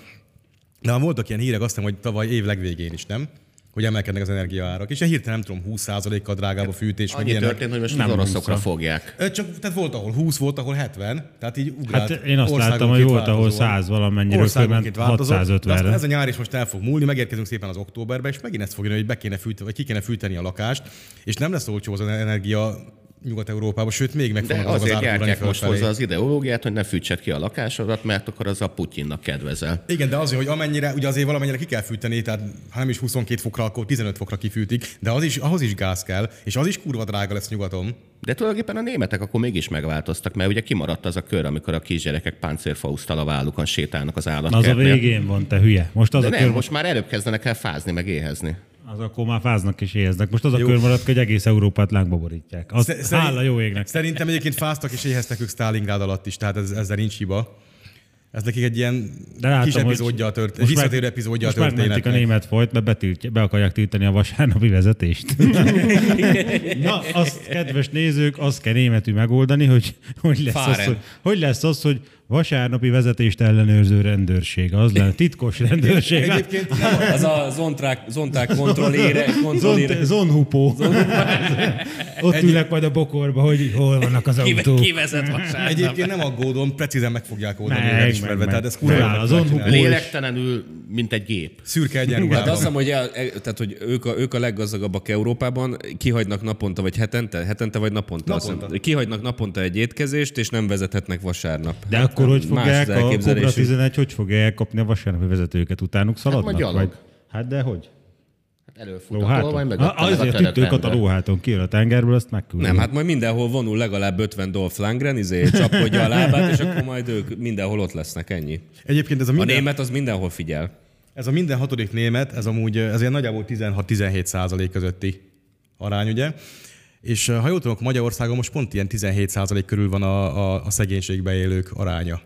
De már voltak ilyen hírek, azt hiszem, hogy tavaly év legvégén is, nem? hogy emelkednek az energiaárak. És ilyen hirtelen nem tudom, 20%-kal drágább a fűtés, meg Hát, Annyi ilyenek. történt, hogy most az oroszokra fogják. Ö, Csak, tehát volt, ahol 20, volt, ahol 70, tehát így ugrált. Hát én azt országonként láttam, hogy volt, változóan. ahol 100 valamennyire, Országonként fölment változott, de aztán 650-re. Ez a nyár is most el fog múlni, megérkezünk szépen az októberbe, és megint ezt fog jönni, hogy be kéne fűteni, vagy ki kéne fűteni a lakást, és nem lesz olcsó az energia Nyugat-Európában, sőt, még meg De fognak azok az azért árak ugrani gyártják most fölfelé. hozzá az ideológiát, hogy ne fűtsed ki a lakásodat, mert akkor az a Putyinnak kedvezel. Igen, de azért, hogy amennyire, ugye azért valamennyire ki kell fűteni, tehát ha nem is 22 fokra, akkor 15 fokra kifűtik, de az is, ahhoz is gáz kell, és az is kurva drága lesz nyugaton. De tulajdonképpen a németek akkor mégis megváltoztak, mert ugye kimaradt az a kör, amikor a kisgyerekek páncérfausztal a vállukon sétálnak az Na, az állatkertnél. a végén van, te hülye. Most az De a nem, kör, most már előbb kezdenek el fázni, meg éhezni. az akkor már fáznak és éheznek. Most az a kör maradt, hogy egész Európát lángba borítják. Az, Szer- szerint- hála jó égnek. Szerintem egyébként fáztak és éheztek ők Stalingád alatt is, tehát ez, ezzel nincs hiba. Ez nekik egy ilyen De láttam, kis hogy epizódja a történet, most meg- visszatérő epizódja a most megmentik a történetnek. német folyt, mert betiltja, be akarják tiltani a vasárnapi vezetést. Na, azt, kedves nézők, azt kell németű megoldani, hogy hogy lesz, az, Fáren. hogy hogy lesz az, hogy vasárnapi vezetést ellenőrző rendőrség. Az lenne titkos rendőrség. Egyébként Az a zontrák, zonták kontrollére, kontrollére. Zon, zonhupó. Ott ülnek majd a bokorba, hogy hol vannak az Ki, autók. ki vezet vasárnap? Egyébként nem aggódom, precízen meg fogják oldani Meg, meg, meg, ismerve, meg. tehát ez Föláll kurva a jól zonhú. megcsinálják. Lélektelenül, mint egy gép. Szürke Hát azt egyenruhában. hiszem, hogy, el, e- tehát, hogy ők, a, ők a leggazdagabbak Európában, kihagynak naponta, vagy hetente, hetente vagy naponta. azt Naponta. hiszem. Kihagynak naponta egy étkezést, és nem vezethetnek vasárnap. De Hát akkor hogy más fogják az a Cobra elképzelésük. 11, hogy fogja elkapni a vasárnapi vezetőket? Utánuk szaladnak? majd gyalog. vagy? hát de hogy? Hát előfut a tolvaj, Lóháton? meg Ha, Azért a tüktők a lóháton kijön a tengerből, azt megküldi. Nem, hát majd mindenhol vonul legalább 50 Dolph Lundgren, izé, csapkodja a lábát, és akkor majd ők mindenhol ott lesznek, ennyi. Egyébként ez a A minden, német az mindenhol figyel. ez a minden hatodik német, ez amúgy ez ilyen nagyjából 16-17 százalék közötti arány, ugye? És eh, ha jól tudok, Magyarországon most pont ilyen 17 százalék körül van a, a, a szegénységbe élők aránya.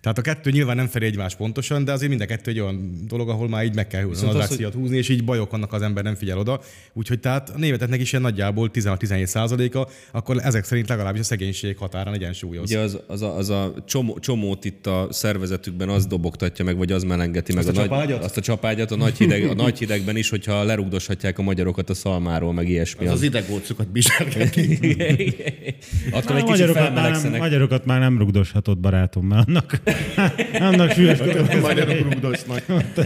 Tehát a kettő nyilván nem fedi egymást pontosan, de azért mind a kettő egy olyan dolog, ahol már így meg kell húzni, az, az hogy... húzni, és így bajok vannak, az ember nem figyel oda. Úgyhogy tehát a németeknek is ilyen nagyjából 16-17 százaléka, akkor ezek szerint legalábbis a szegénység határán egyensúlyoz. Ugye az, az a, az a csomó, csomót itt a szervezetükben az dobogtatja meg, vagy az melengeti meg Azt a a, nagy, csapágyat? azt a csapágyat a nagy, hideg, a nagy hidegben is, hogyha lerugdoshatják a magyarokat a szalmáról, meg ilyesmi. Az Az az idegócukat bizsárgatni. Attól Már egy kicsit Hát magyarokat, már Hát nem, felmelegszenek. magyarokat már nem rugdoshatod, barátom, mert annak, annak súlyos Magyarok rugdosnak. Hát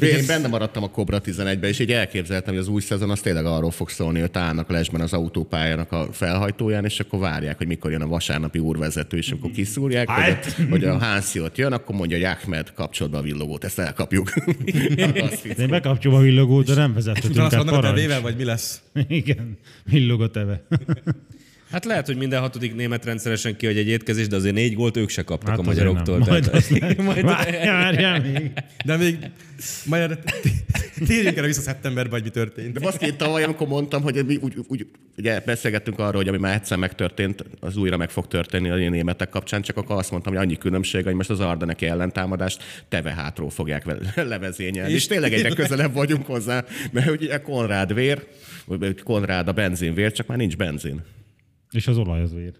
Én benne maradtam a Cobra 11-ben, és így elképzeltem, hogy az új szezon az tényleg arról fog szólni, hogy állnak lesben az autópályának a felhajtóján, és akkor várják, hogy mikor jön a vasárnapi úrvezető, és akkor kiszúrják, Hát! hogy a, hogy a Hansi ott jön, akkor mondja, hogy Ahmed, kapcsold be a villogót, ezt elkapjuk. Azt Én bekapcsolom a villogót, de nem vezethetünk Utána azt el mondanak, te parancs. vével vagy mi lesz? Igen, villog a teve. Hát lehet, hogy minden hatodik német rendszeresen kihagy egy étkezést, de azért négy gólt ők se kaptak hát a azért nem. magyaroktól. Majd tehát- az lehet. Várjál, várjál még. De még majd erre t- térjünk erre vissza szeptemberbe, hogy mi történt. De azt én tavaly, amikor mondtam, hogy mi úgy, úgy, ugye beszélgettünk arról, hogy ami már egyszer megtörtént, az újra meg fog történni a németek kapcsán, csak akkor azt mondtam, hogy annyi különbség, hogy most az Ardeneki ellentámadást teve hátról fogják ve- levezényelni. És, és tényleg egyre közelebb vagyunk hozzá, mert ugye Konrád vér, vagy Konrád a benzinvér, csak már nincs benzin. És az olaj az vér.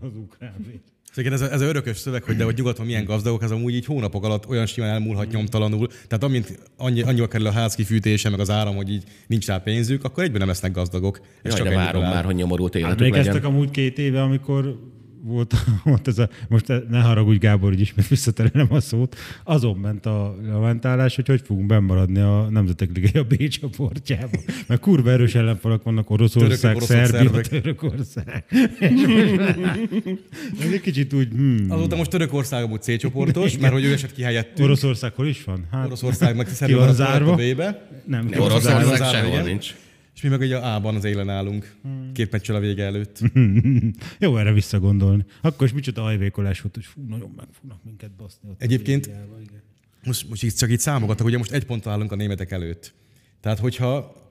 Az ukrán vér. Szóval ez, a, ez a örökös szöveg, hogy de hogy nyugaton milyen gazdagok, ez amúgy így hónapok alatt olyan simán elmúlhat nyomtalanul. Tehát amint annyi, annyival kerül a ház kifűtése, meg az áram, hogy így nincs rá pénzük, akkor egyben nem lesznek gazdagok. Ez Jaj, de ennyi várom talál. már, hogy nyomorult hát életük legyen. Emlékeztek a múlt két éve, amikor volt, volt ez a, most ne haragudj Gábor, hogy ismét visszaterelem a szót, azon ment a lamentálás, hogy hogy fogunk bennmaradni a Nemzetek Ligája B csoportjába. Mert kurva erős ellenfalak vannak Oroszország, Török, oroszok, Szerbia, szerbek. Törökország. És most- Ez egy kicsit úgy, hmm, Azóta most Törökország amúgy C csoportos, mert hogy ő esett ki helyettünk. Oroszország hol is van? Hát, Oroszország meg ki Szerbia van maradt a zárva? B-be, Nem, ki van Oroszország zárva? Oroszország sehol igen. nincs. és mi meg ugye a A-ban az élen állunk, két meccsel a vége előtt. Mhm. Hmm, Jó erre visszagondolni. Akkor is micsoda ajvékolás volt, hogy fú, nagyon meg fognak minket baszni. Ott a Egyébként- Ligában, igen. Most, most így csak így számogatok, ugye most egy ponttal állunk a németek előtt. Tehát, hogyha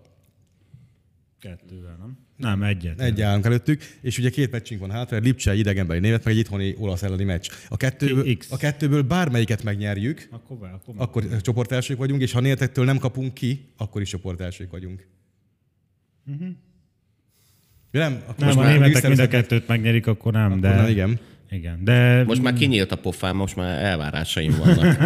Kettővel, nem? Nem, egyet. Egy állunk előttük, és ugye két meccsünk van hátra, egy Lipcse idegenbeli német, meg egy itthoni olasz elleni meccs. A kettőből, X. a kettőből bármelyiket megnyerjük, Akkor, vá- akkor, akkor akkor csoportelsők vagyunk, és ha németektől nem kapunk ki, akkor is csoportelsők vagyunk. Uh-huh. Nem, akkor Mhm. nem, most a már németek mind a visszavezet- kettőt megnyerik, akkor nem, de... Na, igen. Igen, de most Most már kinyílt a pofám, most már elvárásaim vannak.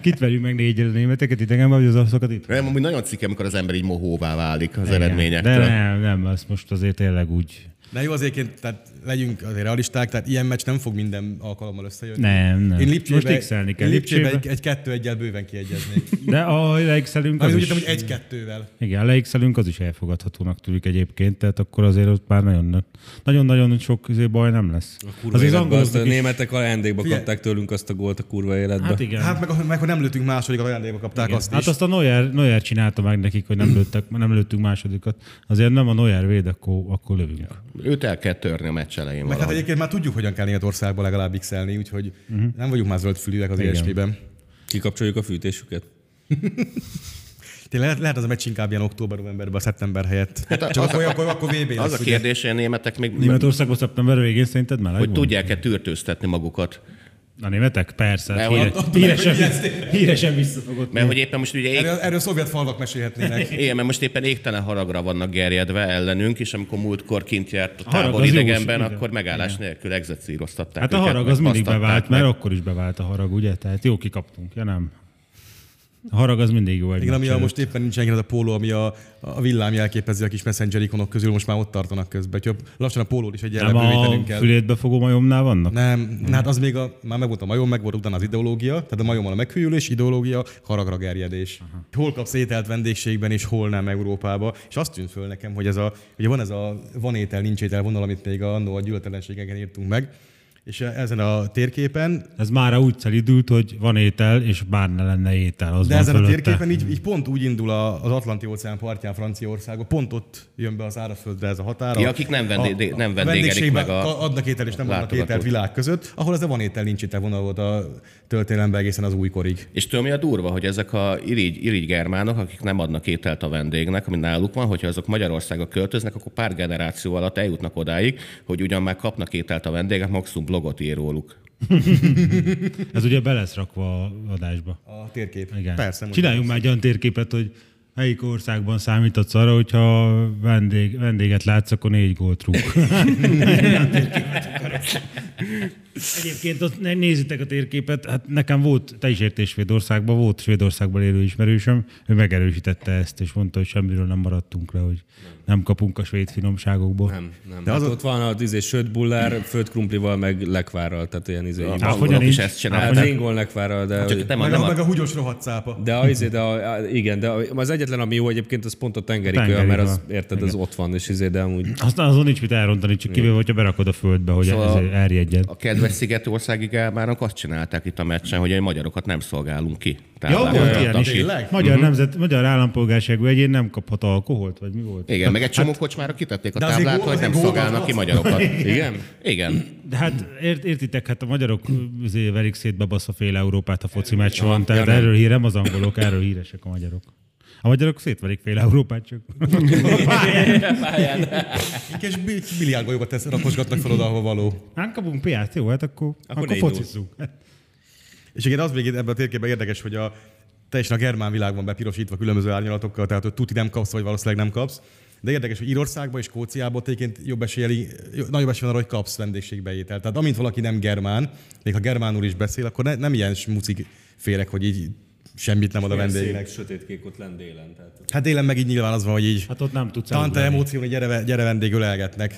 kit verjük meg négy a németeket idegenben, vagy az olaszokat itt? Nem, amúgy nagyon cikke, amikor az ember így mohóvá válik az De eredményektől. nem, nem, azt most azért tényleg úgy... Na jó, azért tehát legyünk azért realisták, tehát ilyen meccs nem fog minden alkalommal összejönni. Nem, nem. Én Lipcsébe, Most x-elni kell. én Lipcsébe Lipcsébe. egy, egy kettő egyel bőven kiegyeznék. De a leixelünk Ami az úgy is... értem, hogy egy-kettővel. Igen, leixelünk az is elfogadhatónak tűnik egyébként, tehát akkor azért ott már nagyon- nagyon-nagyon sok izé baj nem lesz. Kurva Azért életbe, azt a angoloknak is... németek ajándékba Figyelj. kapták tőlünk azt a gólt a kurva életbe. Hát igen. Hát meg, meg, hogy nem lőtünk másodikat, ajándékba kapták azt Hát is. azt a Neuer, Neuer csinálta meg nekik, hogy nem, lőttek, nem lőttünk másodikat. Azért nem a Neuer véd, akkor, akkor lövünk. Őt el kell törni a meccs elején Meg hát valahogy. egyébként már tudjuk, hogyan kell Németországba legalább x úgyhogy Mhm. uh-huh. nem vagyunk már zöldfülűek az ilyesmiben. Kikapcsoljuk a fűtésüket. Tényleg lehet, lehet az a meccs inkább ilyen október, novemberben, szeptember helyett. Hát a- Csak az akkor, a- akkor, akkor VB Az lesz, a ugye? kérdés, hogy a németek még Németországban szeptember végén szerinted meleg hogy van? tudják-e tűrtőztetni magukat. A németek? Persze. Mert hát híre- ott- híresen, híresen visszafogott. Mert hogy éppen most ugye ég, Erről, erről szovjet falvak mesélhetnének. Igen, mert most éppen égtelen haragra vannak gerjedve ellenünk, és amikor múltkor kint járt a harag tábor az jó idegenben, is, igen. akkor megállás nélkül egzecíroztatták Hát a őket, harag meg az mindig basztatták bevált, meg. mert akkor is bevált a harag, ugye? Tehát jó, kikaptunk, ja nem? A harag az mindig jó. egy Igen, ami meccsen. a most éppen nincs az a póló, ami a, a villám jelképezi a kis messenger ikonok közül, most már ott tartanak közben. Úgyhogy lassan a pólót is egy nem a bővítenünk kell. fülétbe fogó majomnál vannak? Nem, hmm. hát az még a, már megvolt a majom, meg volt utána az ideológia, tehát a majommal a meghűlés, ideológia, haragra gerjedés. Aha. Hol kapsz ételt vendégségben, és hol nem Európába. És azt tűnt föl nekem, hogy ez a, ugye van ez a van étel, nincs étel vonal, amit még a, annó a gyűlöletlenségeken írtunk meg, és ezen a térképen Ez már úgy szelidült, hogy van étel, és bár ne lenne étel. Az de van ezen a fölötte. térképen így, így pont úgy indul a, az Atlanti óceán partján Franciaország, pont ott jön be az árazföldre ez a határa. Ja, akik nem vendé- nem vendégelik vendégségben meg a- adnak étel és nem adnak látogatót. ételt világ között, ahol ez a van étel nincs étel vonal volt a történelemben egészen az újkorig. És tudom, mi a durva, hogy ezek a irigy, irigy germánok, akik nem adnak ételt a vendégnek, ami náluk van, hogyha azok Magyarországra költöznek, akkor pár generáció alatt eljutnak odáig, hogy ugyan már kapnak ételt a vendégek, maximum blogot ír róluk. Ez ugye be lesz rakva a adásba. A térkép. Igen. Persze. mondjuk. Csináljunk már egy olyan térképet, hogy melyik országban számítatsz arra, hogyha vendég, vendéget látsz, akkor négy gólt rúg. Ilyen térképet akarok. Egyébként ott ne- nézzétek a térképet, hát nekem volt, te is értél Svédországban, volt Svédországban élő ismerősöm, ő megerősítette ezt, és mondta, hogy semmiről nem maradtunk le, hogy nem kapunk a svéd finomságokból. Nem, nem. De hát az ott van az izé sőt bullár, főtt krumplival, meg lekvárral, tehát ilyen izé. A Ja, hogyan angolok is nincs? ezt hát csinálták. ringol lekvárral, de... Csak nem, Meg, nem a, meg a húgyos rohadt cápa. De az, de a, a, igen, de a- az egyetlen, ami jó egyébként, az pont a tengeri, A tengeri tengeri mert az, kör. érted, az ott van, és izé, de amúgy... Aztán azon nincs mit elrontani, csak kivéve, hogyha berakod a földbe, hogy Szóval- szóval... eljedjen. A kedves szigetországi gálmának azt csinálták itt a meccsen, hogy a magyarokat nem szolgálunk ki. Ja, Táblát volt adtak ilyen is. ki. Tényleg? Magyar, uh-huh. nemzet, magyar állampolgárságú egyén nem kaphat alkoholt, vagy mi volt? Igen, meg egy csomó kocsmára kitették a Hát- de azért táblát, gól- hogy nem azért gól szolgálnak volt ki az. magyarokat. Igen? Igen. De hát ért, értitek, hát a magyarok azért verik szét bebasz a fél Európát a foci meccs van, tehát ja, nem. erről hírem az angolok, erről híresek a magyarok. A magyarok szétverik fél Európát csak. És bi- biliárdbajokat tesz, rakosgatnak fel oda, ahol való. Hát kapunk piát, jó, hát akkor, akkor, akkor ne indulj. focizzunk. És igen, az még itt ebben a térképben érdekes, hogy a teljesen a germán világban bepirosítva különböző árnyalatokkal, tehát hogy tuti nem kapsz, vagy valószínűleg nem kapsz. De érdekes, hogy Írországban és Skóciában tényként jobb esélyeli, nagyobb esély van arra, hogy kapsz vendégségbe ételt. Tehát amint valaki nem germán, még ha germánul is beszél, akkor ne, nem ilyen smucik félek, hogy így semmit nem ad a vendégnek. sötétkék ott lent délen. Tehát... Hát délen meg így nyilván az van, hogy így Hát ott nem tudsz Tante elugolni. emóció, hogy gyere, gyere vendég, ölelgetnek.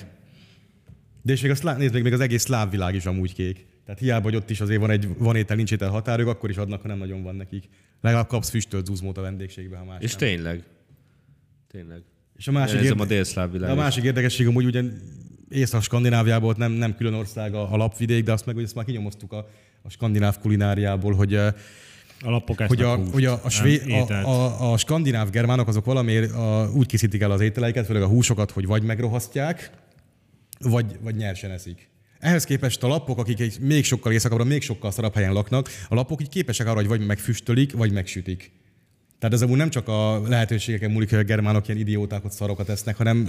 De és még, a szlá, nézd, még, még az egész szláv világ is amúgy kék. Tehát hiába, hogy ott is azért van egy van étel, nincs étel határők, akkor is adnak, ha nem nagyon van nekik. Legalább kapsz füstölt zuzmót a vendégségbe, ha más És nem. tényleg. Tényleg. és a másik, Nézem a érde... délszláv a, a világot. másik érdekesség, amúgy ugyan Észak-Skandináviában ott nem, nem külön ország a, a lapvidék, de azt meg, hogy ezt már kinyomoztuk a, a skandináv kulináriából, hogy eh, Alapok hogy a, hogy a, a, své, a, a, a skandináv germánok azok valamiért a, úgy készítik el az ételeiket, főleg a húsokat, hogy vagy megrohasztják, vagy, vagy nyersen eszik. Ehhez képest a lapok, akik egy- még sokkal éjszakabbra, még sokkal szarabb helyen laknak, a lapok így képesek arra, hogy vagy megfüstölik, vagy megsütik. Tehát ez amúgy nem csak a lehetőségeken múlik, hogy a germánok ilyen idiótákat, szarokat esznek, hanem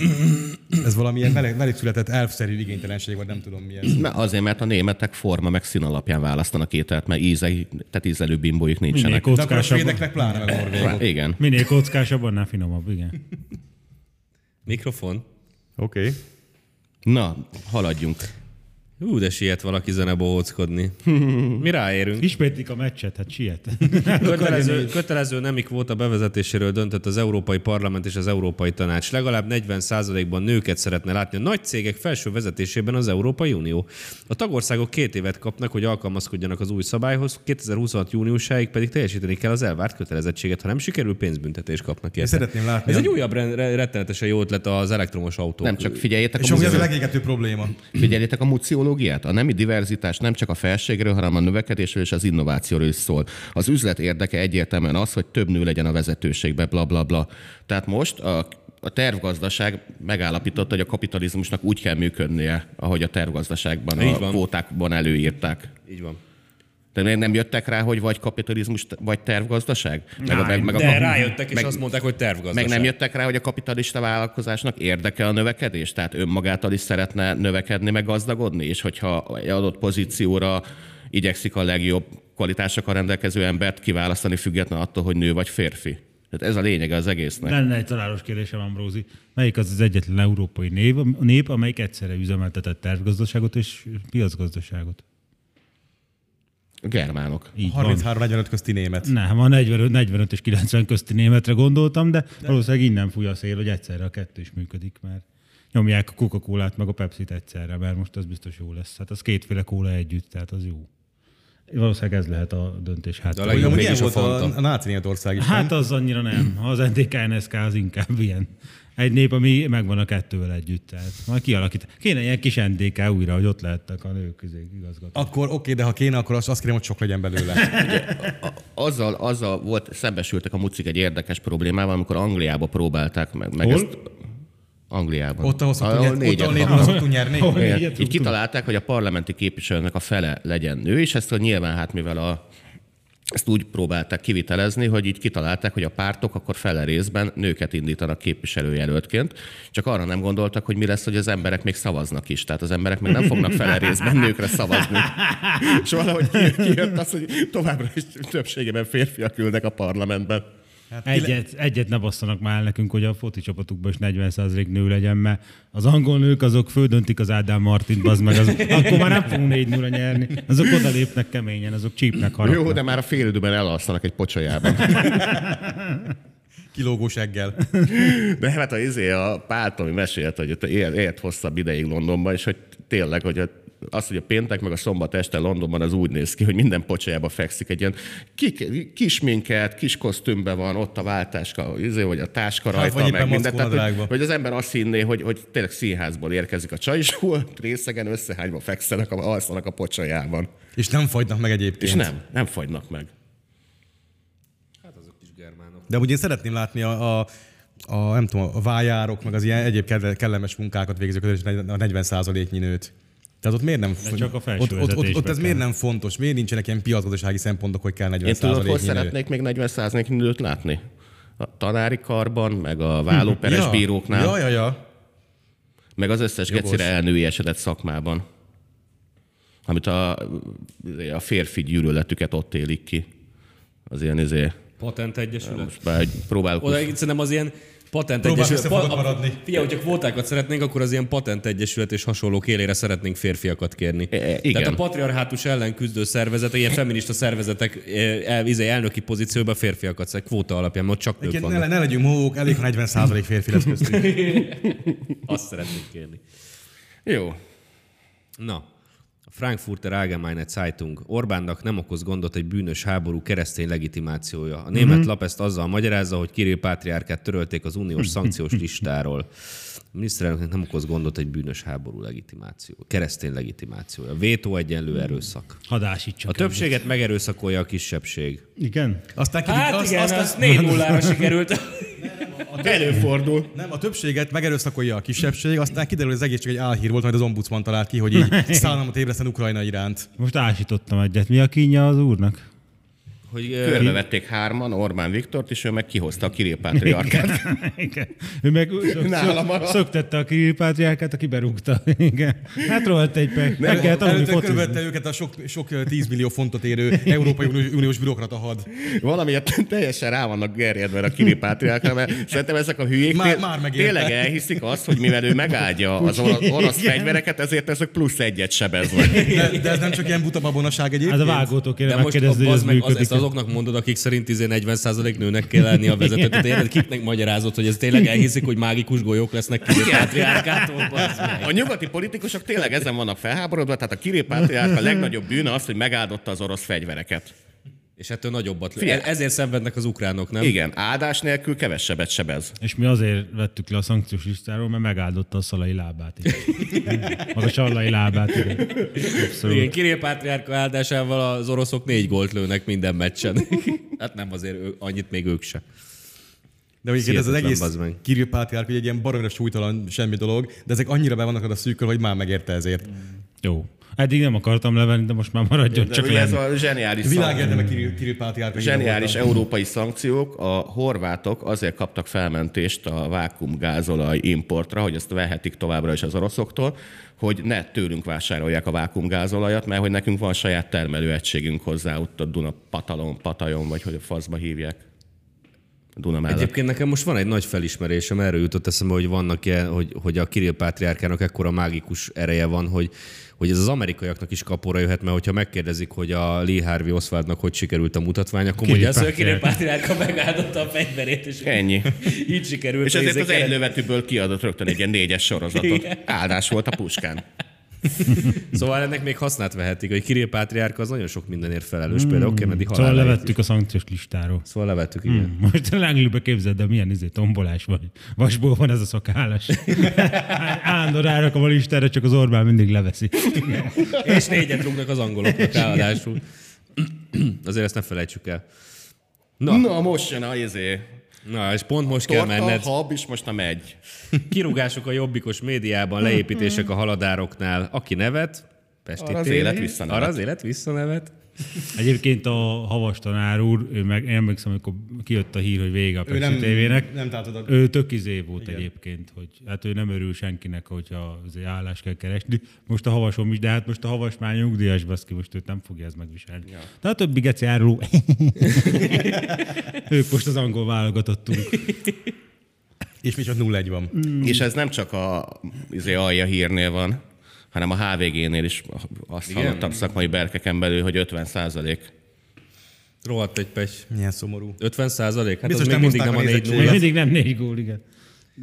ez valamilyen vele- velük született elfszerű igénytelenség, vagy nem tudom mi ez. Na, azért, mert a németek forma meg szín alapján választanak ételt, mert ízei, tehát ízelő bimbójuk nincsenek. Minél De akkor a kockásabban, svédeknek pláne meg a norvégok. Igen. minél kockásabban, annál finomabb, igen. Mikrofon. Oké. Okay. Na, haladjunk. Hú, de siet valaki zenebohóckodni. Mi ráérünk? Ismétlik a meccset, hát siet. Kötelező, kötelező nemi kvóta bevezetéséről döntött az Európai Parlament és az Európai Tanács. Legalább 40%-ban nőket szeretne látni a nagy cégek felső vezetésében az Európai Unió. A tagországok két évet kapnak, hogy alkalmazkodjanak az új szabályhoz, 2026. júniusáig pedig teljesíteni kell az elvárt kötelezettséget, ha nem sikerül pénzbüntetést kapnak érte. szeretném látni. Ez egy újabb re- re- rettenetesen jó ötlet az elektromos autó. Nem csak figyeljétek És a, amúgy ez a muzeum, legégető probléma. figyeljétek a muciológiát. A nemi diverzitás nem csak a felségről, hanem a növekedésről és az innovációról is szól. Az üzlet érdeke egyértelműen az, hogy több nő legyen a vezetőségbe, bla bla bla. Tehát most a a tervgazdaság megállapította, hogy a kapitalizmusnak úgy kell működnie, ahogy a tervgazdaságban Így a van. kvótákban előírták. Így van. De még nem jöttek rá, hogy vagy kapitalizmus, vagy tervgazdaság? Meg, a- meg, meg De rájöttek, és meg, azt mondták, hogy meg tervgazdaság. nem jöttek rá, hogy a kapitalista vállalkozásnak érdeke a növekedés, tehát önmagától is szeretne növekedni, meg gazdagodni, és hogyha egy adott pozícióra igyekszik a legjobb kvalitásokkal rendelkező embert kiválasztani független attól, hogy nő vagy férfi. Tehát ez a lényege az egésznek. Lenne egy találós kérdésem, Ambrózi. Melyik az az egyetlen európai név, nép, amelyik egyszerre üzemeltetett tervgazdaságot és piacgazdaságot? A germánok. Így van. 33-45 közti német. Nem, a 45, 45 és 90 közti németre gondoltam, de, valószínűleg innen fúj a szél, hogy egyszerre a kettő is működik, mert nyomják a coca cola meg a Pepsi-t egyszerre, mert most az biztos jó lesz. Hát az kétféle kóla együtt, tehát az jó. Valószínűleg ez lehet a döntés De a hát. legjobb Ugyan, ilyen mégis a volt a, fonta. a náci Németország is. Hát az annyira nem. Az NDK-NSK az inkább ilyen. Egy nép, ami megvan a kettővel együtt. Tehát majd kialakít. Kéne ilyen kis NDK újra, hogy ott lehettek a nők közé igazgató. Akkor oké, de ha kéne, akkor azt, azt kérem, hogy sok legyen Hát, belőle. Azzal, azzal volt, szembesültek a mucik egy érdekes problémával, amikor Angliába próbálták meg, meg Hol? ezt. Angliában. Ott ahhoz, Ahol hogy négyen négyen kaptak. kaptunk nyerni. Ahol Igen. négyet Így rúgtunk. kitalálták, hogy a parlamenti képviselőnek a fele legyen nő, és ezt nyilván hát mivel a ezt úgy próbálták kivitelezni, hogy így kitalálták, hogy a pártok akkor fele részben nőket indítanak képviselőjelöltként, csak arra nem gondoltak, hogy mi lesz, hogy az emberek még szavaznak is. Tehát az emberek még nem fognak fele részben nőkre szavazni. És valahogy kijött, kijött az, hogy továbbra is többségében férfiak ülnek a parlamentben. Egyet, egyet ne basszanak már el nekünk, hogy a foci csapatukban is 40% nő legyen, mert az angol nők azok földöntik az Ádám Martint, bazd meg, azok, akkor már nem fogunk 4 0 nyerni. Azok odalépnek keményen, azok csípnek harapnak. Jó, de már a fél időben elalszanak egy pocsolyában. Kilógós eggel. De hát a izé, a Pál Tomi mesélt, hogy ott élt, élt hosszabb ideig Londonban, és hogy tényleg, hogy a, az, hogy a péntek meg a szombat este Londonban az úgy néz ki, hogy minden pocsájába fekszik egy ilyen kik- kis minket, kis kosztümbe van, ott a váltáska, izé, vagy a táska Hát, rajta, vagy éppen meg minden. Tehát, mackónadrágba. hogy, hogy, az ember azt hinné, hogy, hogy tényleg színházból érkezik a csaj, és hol részegen összehányva fekszenek, a- alszanak a pocsájában. És nem fagynak meg egyébként. És nem, nem fagynak meg. De amúgy én szeretném látni a, a a, nem tudom, a vájárok, meg az ilyen egyéb kedve- kellemes munkákat végzők között is negy- a 40 nyi nőt. Tehát ott miért nem csak a felső ott, ott, ott, ott, ez vezetésbe miért nem fontos? Miért nincsenek ilyen piacgazdasági szempontok, hogy kell 40 Én tudod, hol nyi nő? szeretnék még 40 százaléknyi nőt látni? A tanári karban, meg a vállóperes Hm, ja. bíróknál. Ja, ja, ja. Meg az összes gecire elnőiesedett szakmában, amit a, a férfi gyűlöletüket ott élik ki. Az ilyen izé, Patent egyesület. most már így próbálok. Oda Oda... szerintem az ilyen patent Próbálj egyesület. összefogott maradni. Figyelj, hogyha kvótákat szeretnénk, akkor az ilyen patent egyesület és hasonlók élére szeretnénk férfiakat kérni. E, e, igen. Tehát a patriarhátus ellen küzdő szervezet, ilyen feminista szervezetek e, el, izé, elnöki pozícióban férfiakat szed, kvóta alapján, mert ott csak nők Igen, vannak. ne, ne legyünk mók, elég ha 40 férfi lesz köztünk. Azt szeretnénk kérni. Jó. Na, a Frankfurter Allgemeine Zeitung. Orbánnak nem okoz gondot egy bűnös háború keresztény legitimációja. A Mhm. német lap ezt azzal magyarázza, hogy Kirill Pátriárkát törölték az uniós szankciós listáról. A miniszterelnöknek nem okoz gondot egy bűnös háború legitimáció, keresztény legitimációja. Vétó egyenlő erőszak. Hadásítsak. A többséget megerőszakolja a kisebbség. Hát Igen? Aztán kidik, azt, azt, azt, 4 0 sikerült. Előfordul. nem, a többséget megerőszakolja a kisebbség, aztán kiderül, hogy az egész csak egy álhír volt, majd az ombudsman talált ki, hogy így szállamot ébreszten Ukrajna iránt. Most ásítottam egyet. Mi a kínja az úrnak? Hogy, ö, Körbevették hárman Orbán Viktort, és ő meg kihozta a Kirill Pátriarkát. Igen. Ő meg úgy szök, Nála szök, maradt. szöktette a kiripátriákát, aki berúgta. Igen. Hát rohadt egy pek. Meg kell tanulni Előtte focizni. körülvette őket a sok, sok ö, 10 millió fontot érő Európai Unió- Uniós bürokrata had. Valamiért teljesen rá vannak gerjedve a Kirill Pátriarkára, mert szerintem ezek a hülyék Már- té- már megérte. tényleg elhiszik azt, hogy mivel ő megáldja az or- orosz fegyvereket, ezért ezek plusz egyet sebeznek. De, de, ez nem csak ilyen buta babonaság Hát a egyébként. vágótól kéne De most megkérdezni, hogy ez az meg az, működik. ezt azoknak mondod, akik szerint izé 40% nőnek kell lenni a vezető. Tehát érted, kiknek magyarázod, hogy ez tényleg elhiszik, hogy mágikus golyók lesznek ki a pátriárkától? bazd meg? A nyugati politikusok tényleg ezen vannak felháborodva, tehát a Kirill Pátriárk a legnagyobb bűne az, hogy megáldotta az orosz fegyvereket. És ettől nagyobbat lő. Figyelj. Ezért szenvednek az ukránok, nem? Igen, áldás nélkül kevesebbet sebez. És mi azért vettük le a szankciós listáról, mert megáldotta a szalai lábát is. Maga a sallai lábát. Igen. Igen, Abszolút. Kirill Pátriárka áldásával az oroszok négy gólt lőnek minden meccsen. hát nem azért ő, annyit még ők se. De egyébként ez az Hihetetlen, egész bazd meg. Kirill Pátriárk, hogy egy ilyen baromira súlytalan semmi dolog, de ezek annyira be vannak a szűkör, hogy már megérte ezért. Jó. Eddig nem akartam levenni, de most már maradjon De csak ugye ez lenni. a zseniális szang- Világérdeme Kirill, Kirill Pátriárk. Zseniális európai szankciók. A horvátok azért kaptak felmentést a vákumgázolaj importra, hogy ezt vehetik továbbra is az oroszoktól, hogy ne tőlünk vásárolják a vákumgázolajat, mert hogy nekünk van saját termelőegységünk hozzá, ott a Duna Patalon, Patajon, vagy hogy a faszba hívják. A Duna mellett. Egyébként nekem most van egy nagy felismerésem, erről jutott eszembe, hogy vannak ilyen, hogy, hogy a Kirill Pátriárkának ekkora mágikus ereje van, hogy, hogy ez az amerikaiaknak is kapóra jöhet, mert hogyha megkérdezik, hogy a Lee Harvey Oswaldnak hogy sikerült a mutatvány, akkor Kirill mondja azt, hogy a Pátriárka. Kirill Pátriárka megáldotta a fegyverét, és Ennyi. így sikerült. És a ezért az izéket- egy lövetűből kiadott rögtön egy ilyen négyes sorozatot. Áldás volt a puskán. Szóval ennek még hasznát vehetik, hogy Kirill Pátriárka az nagyon sok mindenért felelős, például Kennedy Szóval haláláért. levettük a szankciós listáról. Szóval levettük, igen. Most a lánglőbe képzeld, de milyen izé, tombolás vagy. Vasból van ez a szakállas. Állandóan rárakom a listára, csak az Orbán mindig leveszi. Hmm. És négyet rúgnak az angoloknak ráadásul. Azért ezt ne felejtsük el. Na, no. Na most jön a izé. na és pont most kell Torta, menned. hab, és most a megy. Kirúgások a jobbikos médiában, leépítések a haladároknál. Aki nevet, Pesti Arra az téli. élet visszanevet. Arra az élet visszanevet. Egyébként a havas tanár úr, ő meg én emlékszem, amikor kijött a hír, hogy vége a Ő Pepsi nem, tévének. nem tátod a... Ő tök izé volt Igen. egyébként, hogy hát ő nem örül senkinek, hogyha azért állást kell keresni. Most a havasom is, de hát most a havas már nyugdíjas baszki, most őt nem fogja ez megviselni. Ja. De hát a többi geci áruló, ők most az angol válogatottunk. És mi csak 0-1 van. Mm. Mm. És ez nem csak a izé, alja hírnél van, hanem a HVG-nél is azt Igen. hallottam szakmai berkeken belül, hogy 50 százalék. Rohadt egy pes. Milyen szomorú. 50 százalék? Hát Biztos Biztos az még nem mindig nem hozták a a 4 nézettséget. Még nulla. mindig nem négy gól, igen.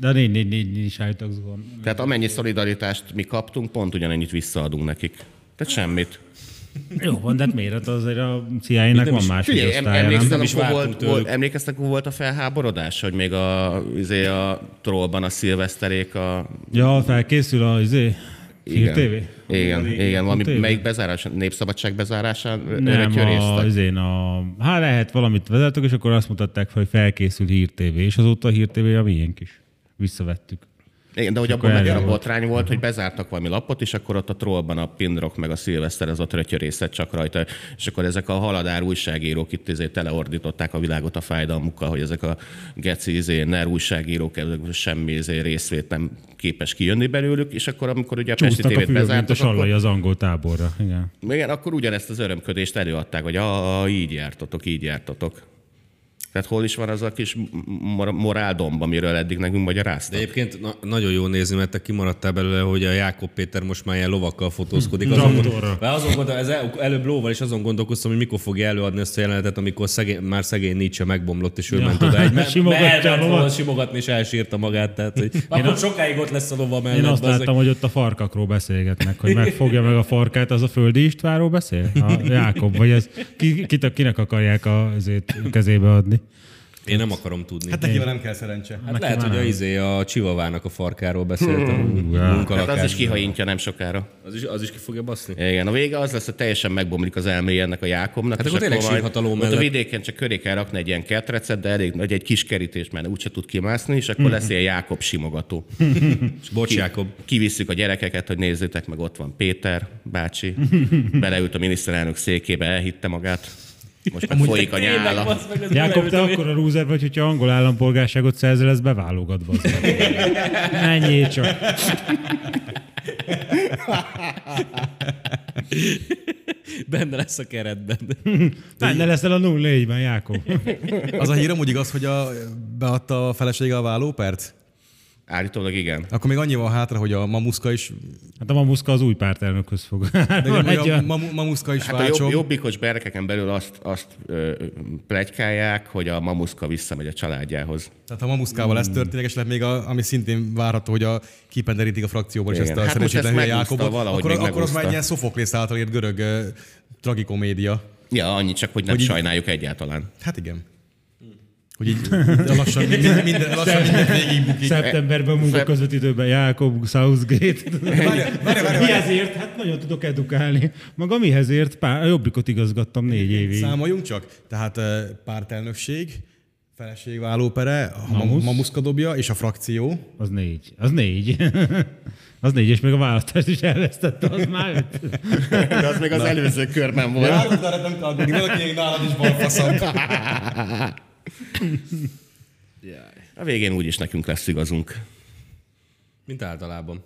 De négy, négy, négy, négy is álltak zuhan. Tehát amennyi szolidaritást mi kaptunk, pont ugyanennyit visszaadunk nekik. Tehát semmit. Jó van, de hát miért? Hát azért a CIA-nek van más Figyelj, em- osztálya, nem? emlékszel, Nem is amikor vártunk volt, tőlük. volt, emlékeztek, amikor volt a felháborodás, hogy még a, izé, a trollban a szilveszterék a... Ja, felkészül a izé, Hír TV? Igen, igen, valami, TV? melyik bezárás? Népszabadság bezárása? Nem, a, a... izén a... Hát lehet valamit vezettek, és akkor azt mutatták fel, hogy felkészül Hír TV, és azóta a Hír TV a miénk is. Visszavettük. Igen, de hogy abban erre megint a volt. botrány volt, hogy bezártak valami lapot, és akkor ott a trollban a Pindrock meg a Szilveszter, ez a trötyö része csak rajta. És akkor ezek a haladár újságírók itt izé teleordították a világot a fájdalmukkal, hogy ezek a geci izé, ner újságírók, ezek semmi izé részvét nem képes kijönni belőlük, és akkor amikor ugye a Pesti Csúsztak a tévét fülök, mint a bezártak, sallai akkor, az angol táborra. Igen. igen, akkor ugyanezt az örömködést előadták, hogy a, így jártatok, így jártatok. Tehát hol is van az a kis mor- moráldomb, amiről eddig nekünk De magyaráztak? egyébként na- nagyon jó nézni, mert te kimaradtál belőle, hogy a Jákob Péter most már ilyen lovakkal fotózkodik. Azon, Traktorra. gond- Már azon gondol, ez el, előbb lóval, és azon gondolkoztam, hogy mikor fogja előadni ezt a jelenetet, amikor szegény, már szegény Nietzsche megbomlott, és ő ment oda. Egy mert- Simogatja mert a elment volna lovat. simogatni, és elsírta magát. Tehát, hogy akkor sokáig ott lesz a lova mellett. Én azt bazzeg. láttam, hogy ott a farkakról beszélgetnek, hogy megfogja meg a farkát, az a földi Istvánról beszél? A Jákob, vagy ez, ki, kit, kinek akarják a, azért kezébe adni? Én nem akarom tudni. Hát nekivel nem kell szerencse. Hát lehet, hogy a izé a csivavának a farkáról beszéltem. Hát az is munkalakás. kihajintja nem sokára. Az is, az is ki fogja baszni. Igen, a vége az lesz, hogy teljesen megbomlik az elméje ennek a Jákobnak. Hát és akkor tényleg majd sírhatalom ott mellett. a vidéken csak köré kell rakni egy ilyen ketrecet, de elég nagy egy kis kerítés, mert úgyse tud kimászni, és akkor Mhm. lesz ilyen Jákob simogató. Bocs, Jákob. Kivisszük a gyerekeket, hogy nézzétek meg, ott van Péter bácsi. Beleült a miniszterelnök székébe, elhitte magát. Most meg folyik a nyála. Jákob, te akkor a rúzer vagy, hogyha angol állampolgárságot szerzel, ez beválogatva. Ennyi csak. Benne lesz a keretben. Benne leszel a 04-ben, Jákob. Az a hír amúgy igaz, hogy a, beadta a felesége a vállópert? Állítólag igen. Akkor még annyi van hátra, hogy a mamuszka is, Hát a mamuszka az új pártelnökhöz fog. de ugye, Van egy hogy a olyan- mamu, mamuszka is Hát a jobb, váltsom. jobbikos berkeken belül azt, azt ö, plegykálják, hogy a mamuszka visszamegy a családjához. Tehát a mamuszkával ez történik, és lehet még a, ami szintén várható, hogy a kipenderítik a frakcióból is Igen. ezt a Hát hát most szerencsétlen ezt hülye megúszta, Jákobot, valahogy akkor, még akkor az megúszta. már egy ilyen Szofoklész által írt görög ö, tragikomédia. Ja, annyi csak, hogy nem Hogy így- sajnáljuk egyáltalán. Hát igen. Hogy így lassan minden, minden, lassan minden végigbukik. Szeptemberben munka Szep- közvetítőben Jákob Southgate. Várj, várj, várj, várj. Mihez ért? Hát nagyon tudok edukálni. Maga mihez ért? Pár, a jobbikot igazgattam négy évig. Számoljunk csak. Tehát ö, pártelnökség, feleségvállópere, a Mamusz. Mamuszka dobja, és a frakció. Az négy. Az négy. az négy, és még a választást is elvesztette, az már öt. De az még az előző körben volt. Nálad arra nem kell adni, valaki még nálad is balfaszabb. A végén úgyis nekünk lesz igazunk. Mint általában.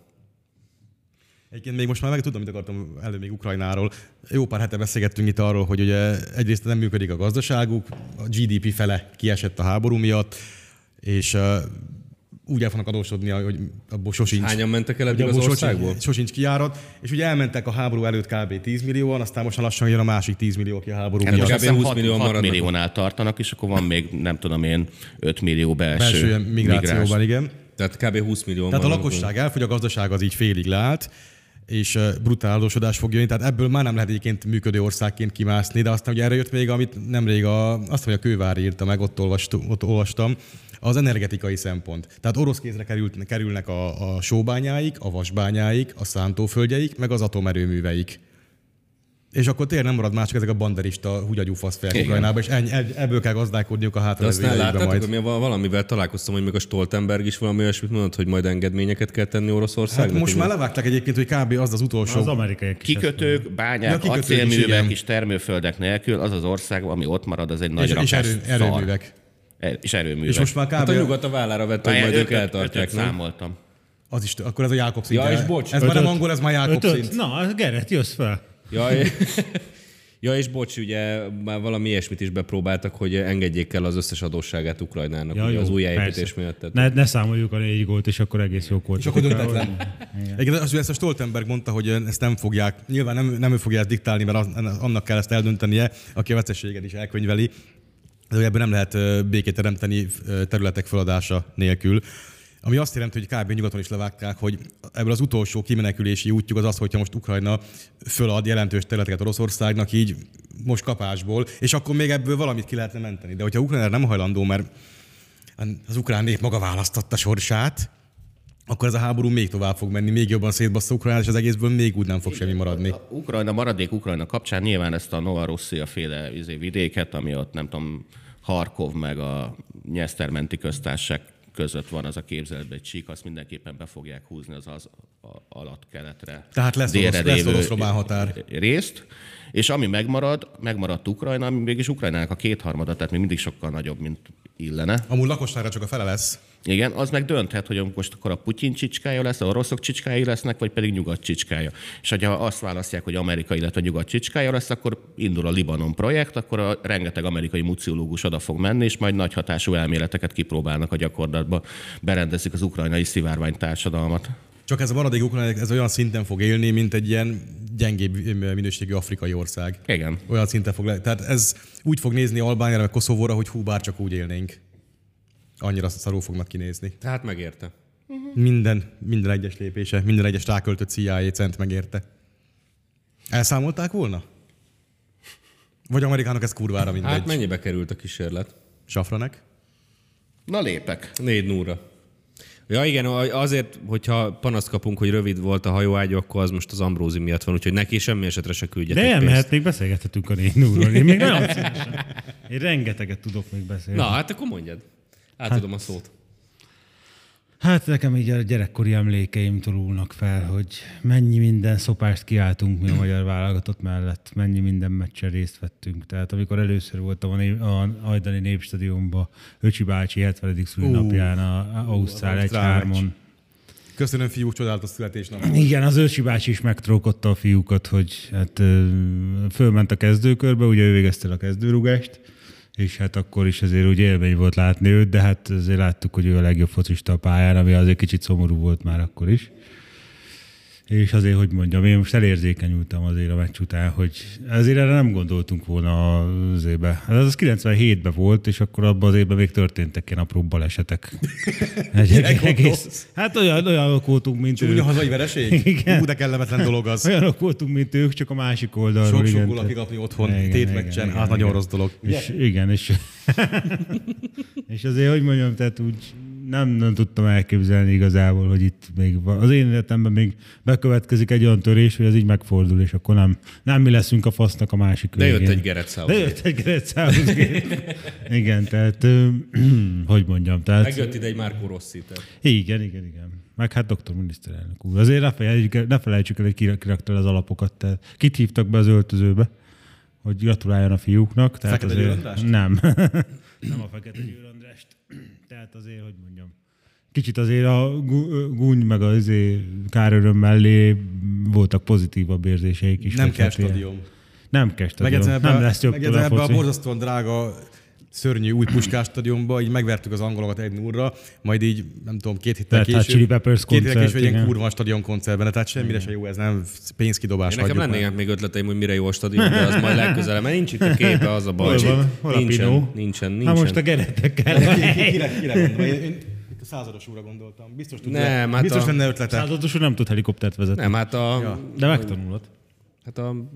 Egyébként még most már meg tudom, mit akartam elő még Ukrajnáról. Jó pár hete beszélgettünk itt arról, hogy ugye egyrészt nem működik a gazdaságuk, a GDP fele kiesett a háború miatt, és uh, úgy el fognak adósodni, hogy abból sosincs. Hányan mentek el Ugye ebből az abból országból? Sosincs, sosincs kiárat, és ugye elmentek a háború előtt kb. 10 millióan, aztán most már lassan jön a másik 10 millió, aki a háború Hát miatt. most kb. azt hiszem 20 6, millióan 6 maradnak. milliónál tartanak, és akkor van még, nem tudom én, 5 millió belső, Belső ilyen migrációban, migráns. igen. Tehát kb. 20 millió Tehát a lakosság elfogy, a gazdaság az így félig leállt, és ö, brutál adósodás fog jönni, tehát ebből már nem lehet egyébként működő országként kimászni, de aztán ugye erre jött még, amit nemrég a, azt, hogy a Kővár írta meg, ott, olvast, ott olvastam, az energetikai szempont. Tehát orosz kézre került, kerülnek a, a sóbányáik, a vasbányáik, a szántóföldjeik, meg az atomerőműveik. És akkor tényleg nem marad már csak ezek a banderista húgyagyú faszfejek Ukrajnába, és ennyi, ebb- ebből kell gazdálkodniuk a hátra De azt levő nem idejükben láttátok, majd. hogy mi a- valamivel találkoztam, hogy még a Stoltenberg is valami olyasmit mondott, hogy majd engedményeket kell tenni Oroszországnak. Hát most ugye? már levágták egyébként, hogy kb. az az utolsó. Az amerikaiak is. ezt mondják. Kikötők, bányák, Ja, ja, kikötők is, acélművek igen. és termőföldek nélkül az az ország, ami ott marad, az egy nagy és, rakás és erő, szar. erőművek. E- És erőművek. És most már kb. Hát a nyugat a vállára vett, hogy Pályán majd ők ötöt- eltartják, ötöt nem? számoltam. az is, akkor ez a Jákob szint. Ja, és bocs, Ez már nem ötöt. angol, ez már Jákob Ötöt? szint. Na, Gerett, jössz fel. Ja, és- ja, és bocs, ugye már valami ilyesmit is bepróbáltak, hogy engedjék el az összes adósságát Ukrajnának Ja, ugye, jó, az újjáépítés persze. miatt. Tehát Ne, ne számoljuk a négy gólt, és akkor egész jók voltak. És akkor Utána- döntetlen. Igen, az, ezt a Stoltenberg mondta, hogy ezt nem fogják, nyilván nem, nem ő fogja ezt diktálni, mert az, annak kell ezt eldöntenie, aki a veszességet is elkönyveli, de hogy ebben nem lehet ö, békét teremteni ö, területek feladása nélkül. Ami azt jelenti, hogy kb. nyugaton is levágták, hogy ebből az utolsó kimenekülési útjuk az az, hogyha most Ukrajna fölad jelentős területeket Oroszországnak így most kapásból, és akkor még ebből valamit ki lehetne menteni. De hogyha Ukrajna erre nem hajlandó, mert az ukrán nép maga választotta sorsát, akkor ez a háború még tovább fog menni, még jobban szétbassza Ukrajnát, és az egészből még úgy nem fog semmi maradni. A Ukrajna, maradék Ukrajna kapcsán nyilván ezt a Novarosszia féle izé, vidéket, ami ott nem tudom, Harkov meg a Nyesztermenti köztársaság között van az a képzeletben egy csík, azt mindenképpen be fogják húzni az, az a, alatt keletre. Tehát lesz délre orosz- lesz lévő orosz-román határ. Részt, és ami megmarad, megmaradt Ukrajna, ami mégis Ukrajnának a kétharmada, tehát még mindig sokkal nagyobb, mint illene. Amúgy lakosságra csak a fele lesz. Igen, az meg dönthet, hogy most akkor a Putyin csicskája lesz, a oroszok csicskái lesznek, vagy pedig nyugat csicskája. És ha azt választják, hogy Amerika, illetve nyugat csicskája lesz, akkor indul a Libanon projekt, akkor a rengeteg amerikai muciológus oda fog menni, és majd nagy hatású elméleteket kipróbálnak a gyakorlatba, berendezik az ukrajnai szivárvány társadalmat. Csak ez a maradék Ukrajna, ez olyan szinten fog élni, mint egy ilyen gyengébb minőségű afrikai ország. Igen. Olyan szinten fog le... Tehát ez úgy fog nézni Albániára, meg Koszovóra, hogy hú, bár csak úgy élnénk. Annyira szarul fognak kinézni. Tehát Hát megérte. Minden, minden egyes lépése, minden egyes ráköltött CIA cent megérte. Elszámolták volna? Vagy Amerikának ez kurvára mindegy? Hát mennyibe került a kísérlet? Safranek? Na lépek. Négy núra. Ja igen, azért, hogyha panaszt kapunk, hogy rövid volt a hajóágyú, akkor az most az Ambrózi miatt van, úgyhogy neki semmi esetre se De küldjetek pénzt. elmehetnék, beszélgethetünk a négy núról. Én még nagyon szívesen. Én rengeteget tudok még beszélni. Na, hát akkor mondjad. Átadom a szót. Hát nekem így a gyerekkori emlékeim tolulnak fel, hogy mennyi minden szopást kiáltunk mi a magyar válogatott mellett, mennyi minden meccsen részt vettünk. Tehát amikor először voltam a, név, a Ajdani Népstadionban, Öcsi bácsi 70. szülinapján a, a Ausztrál Ausztrál 1-3-on. Köszönöm, fiúk, csodálatos születésnap. Igen, az ősi bácsi is megtrókodta a fiúkat, hogy hát ö, fölment a kezdőkörbe, ugye ő végezte el a kezdőrugást, és hát akkor is azért úgy élmény volt látni őt, de hát azért láttuk, hogy ő a legjobb focista a pályán, ami azért kicsit szomorú volt már akkor is. És azért, hogy mondjam, én most elérzékenyültem azért a meccs után, hogy azért erre nem gondoltunk volna az évbe. Hát az 97-ben volt, és akkor abban az évben még történtek ilyen apró balesetek. Egy, egész, hát olyan, olyanok voltunk, mint Csúnya ők. hazai vereség? Igen. Hú, de kellemetlen dolog az. Olyanok voltunk, mint ők, csak a másik oldalról. Sok-sok igen. gól kikapni otthon, Igen, tétmeccsen, igen, hát igen, nagyon igen. rossz dolog. És, igen, és, és azért, hogy mondjam, tehát úgy nem, nem tudtam elképzelni igazából, hogy itt még van. Az én életemben még bekövetkezik egy olyan törés, hogy ez így megfordul, és akkor nem, nem mi leszünk a fasznak a másik De jött végén. egy Gerett Southgate. De jött egy Gerett Southgate. Igen, tehát ö, hogy mondjam, tehát Megjött ide egy Márko Rossi. tehát. igen, igen, igen. Meg hát doktor miniszterelnök úr. Azért ne felejtsük el, ne felejtsük el hogy kira- kirakta el az alapokat. Tehát kit hívtak be az öltözőbe, hogy gratuláljon a fiúknak. Tehát Fekete Győr Andrást? azért, Nem. nem a Fekete Győr Andrást. Tehát azért, hogy mondjam. Kicsit azért a gu- gúny meg az izé káröröm mellé voltak pozitívabb érzéseik is. Nem vagy kell hát ilyen- stadion. Nem kell stadion. Megjegyzem ebbe, Nem lesz jobb megjegyzem tőle a ebbe a foci. borzasztóan drága szörnyű új Puskás stadionba, így megvertük az angolokat egy nurra, majd így, nem tudom, két héttel Red Hot később, Chili Peppers két héttel koncert, később egy ilyen igen. kurva a stadion koncertben, tehát semmire se jó, ez nem pénzkidobás. Én nekem hagyjuk lennének még ötleteim, hogy mire jó a stadion, de az majd legközelebb, mert nincs itt a képe, az a baj. Hol van? Hol a nincsen, Pinó? nincsen, Na nincsen. Hát most a geretekkel. már. Ki- ki- Kire, kire gondolom? Én, én itt a százados úra gondoltam. Biztos, tudsz, Nem, hát biztos a- lenne ötlete. Századosú nem tud helikoptert vezetni. Nem, hát a, De megtanulod. hát a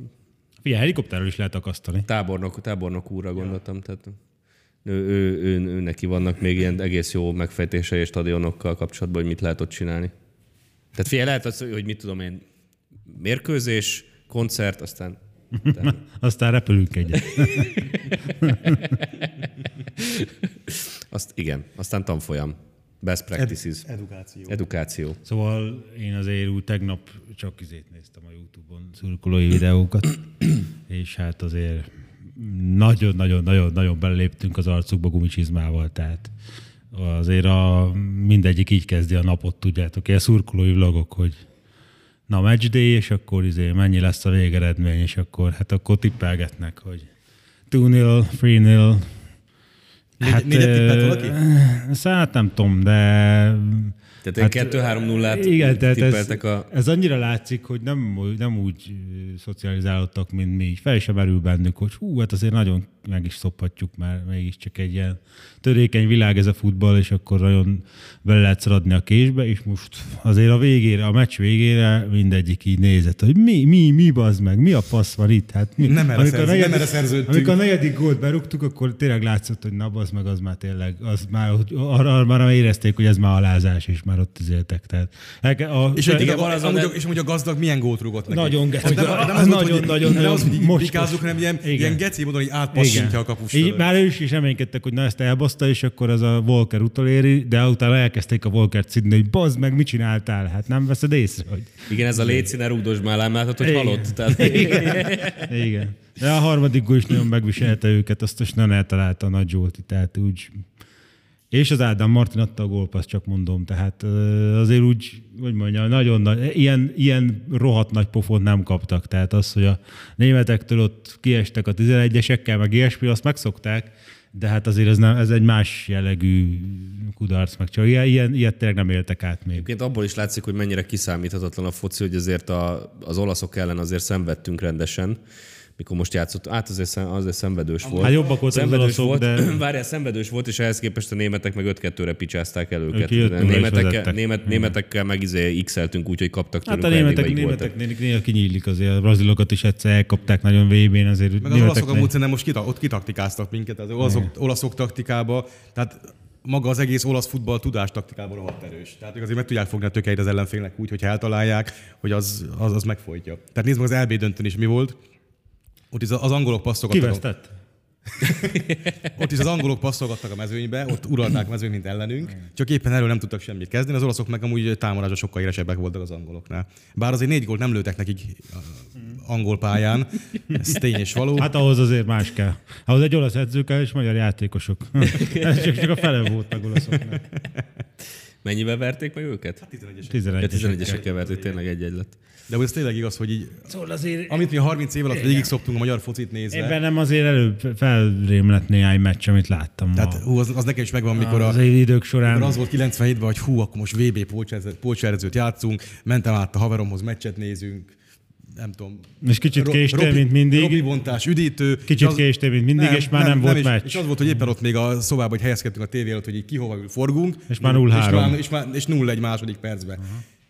Figyelj, helikopterről is lehet akasztani. tábornok, tábornok úrra gondoltam, tehát ő, ő, ő, ő, neki vannak még ilyen egész jó megfejtései és stadionokkal kapcsolatban, hogy mit lehet ott csinálni. Tehát figyelj, lehet az, hogy mit tudom én, mérkőzés, koncert, aztán Aztán repülünk egyet. azt, igen, aztán tanfolyam. Best practices. Edukáció. Edukáció. Szóval én azért úgy tegnap csak izét néztem a Youtube-on szurkolói videókat, és hát azért nagyon-nagyon-nagyon-nagyon beléptünk az arcukba gumicsizmával, tehát azért a, mindegyik így kezdi a napot, tudjátok, ilyen szurkolói vlogok, hogy na match day, és akkor izé, mennyi lesz a végeredmény, és akkor hát akkor tippelgetnek, hogy 2-0, 3-0, Hát, négyet tippelt valaki? ö, Hát nem tudom, de... Tehát hát, 2-3-0-át igen, tehát ez, tippeltek a... ez annyira látszik, hogy nem, úgy- nem úgy ö, szocializálódtak, mint mi. Fel sem merül bennük, hogy hú, hát azért nagyon meg is szophatjuk, mert mégiscsak egy ilyen törékeny világ ez a futball, és akkor nagyon bele lehet szaladni a késbe, és most azért a végére, a meccs végére mindegyik így nézett, hogy mi, mi, mi bazd meg, mi a fasz van itt, hát mi, Nem erre szerző- negyedik- nem erre szerződtünk. Amikor a negyedik gólt berúgtuk, akkor tényleg látszott, hogy na, az meg az már tényleg, az már, hogy arra, arra már érezték, hogy ez már alázás, és már ott izéltek. Tehát, elke- a, És, hogy Igen, igen, van az az a- amúgy, a- és amúgy a gazdag milyen gót rúgott neki. Nagyon geci. Hát nem- Az nem az volt, nagyon- hogy- nagyon- nem az, hogy így mocskos. pikázunk, hanem ilyen, Igen. ilyen geci módon, hogy átpassintja a kapust. Így már ő is, is reménykedtek, hogy na ezt elbaszta, és akkor az a Volker utoléri, de utána elkezdték a Volker szidni, hogy bazd meg, mit csináltál? Hát nem veszed észre, hogy... Igen, ez a létszíne rúgdos már látod, hogy Igen. halott. Tehát, Igen. De a harmadik gól is nagyon megviselte őket, azt is nagyon eltalálta a nagy Zsolti, tehát úgy... És az Ádám Martin adta a gólpaszt, csak mondom, tehát ö, azért úgy, hogy mondjam, nagyon nagy, ilyen, ilyen rohadt nagy pofont nem kaptak, tehát az, hogy a németektől ott kiestek a 11-esekkel, meg ilyesmi, azt megszokták, de hát azért ez, nem, ez egy más jellegű kudarc, meg csak ilyen, ilyen, ilyet tényleg nem éltek át még. Egyébként abból is látszik, hogy mennyire kiszámíthatatlan a foci, hogy azért a, az olaszok ellen azért szenvedtünk rendesen, mikor most játszott, hát azért, szem, azért szenvedős volt. Hát jobbak voltak az szenvedős olaszok, volt, de- Várjál, szenvedős volt, és ehhez képest a németek meg 5-2-re picsázták el őket. Ők jött De nulla is németekkel, vezettek. Hmm. német, németekkel meg izé x-eltünk úgy, hogy kaptak tőlünk, Hát a ha elég németek, beig voltak. németek néha kinyílik azért, a brazilokat is egyszer elkapták nagyon VB-n azért. Meg az németeknél- olaszok amúgy szerintem most kita, ott kitaktikáztak minket, az olaszok, olaszok taktikába, tehát maga az egész olasz futball tudás taktikában rohadt erős. Tehát ők azért meg tudják fogni a tökeit az ellenfélnek úgy, hogyha eltalálják, hogy az, az, az megfojtja. Tehát nézd meg az LB döntőn is mi volt. Ott is az angolok passzolgattak. a- Kivesztett? Ott is az angolok passzolgattak a mezőnybe, ott uralták a mezőnyt, mint ellenünk, csak éppen erről nem tudtak semmit kezdeni. Az olaszok meg amúgy támadásra sokkal éresebbek voltak az angoloknál. Bár azért négy gólt nem lőtek nekik ö, angol pályán, ez tény és való. Hát ahhoz azért más kell. Ahhoz egy olasz edző kell és magyar játékosok. Ez csak, csak a fele voltak olaszoknak. Mennyivel verték meg Hát őket? 11 11-esek keverték, tényleg egy-egy lett. De ez tényleg igaz, hogy így, Szóval azért amit mi a 30 év alatt végig szoktunk a magyar focit nézve, én bennem azért előbb felrém lett néhány meccs, amit láttam. tehát Tehát, hú, az, az nekem is megvan, mikor a, a, az idők során. Mert az volt 97-ben, hogy hú, akkor most VB polcserezőt, polcserezőt játszunk, mentem át a haveromhoz, meccset nézünk, nem tudom. És kicsit késtél, mint mindig. Robi bontás, üdítő. Kicsit és az- késtél, mint mindig, és már nem volt és, meccs. És az volt, hogy éppen ott még a szobában, hogy helyezkedtünk a tévé előtt, hogy így ki hova ül, forgunk. És már 0-3. És, már- és, már- és 0 egy második percben.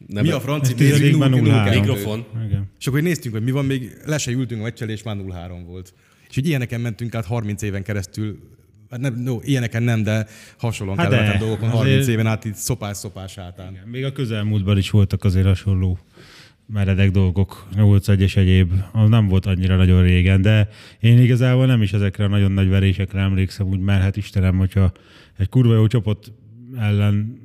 Nem- mi a francia És tizedikben nézünk, 0 0-3. Mikrofon. Igen. És akkor így néztünk, hogy mi van, még le se ültünk a meccsel, és már 0-3 volt. És hogy ilyeneken mentünk át 30 éven keresztül Hát nem, no, ilyeneken nem, de hasonlóan Hát hát de, területen dolgokon 30 azért- éven át itt szopás-szopás hátán. Igen, Még a közelmúltban is voltak azért hasonló meredek dolgok, 81 és egyéb, az nem volt annyira nagyon régen, de én igazából nem is ezekre a nagyon nagy verésekre emlékszem, úgy mert hát Istenem, hogyha egy kurva jó csapat ellen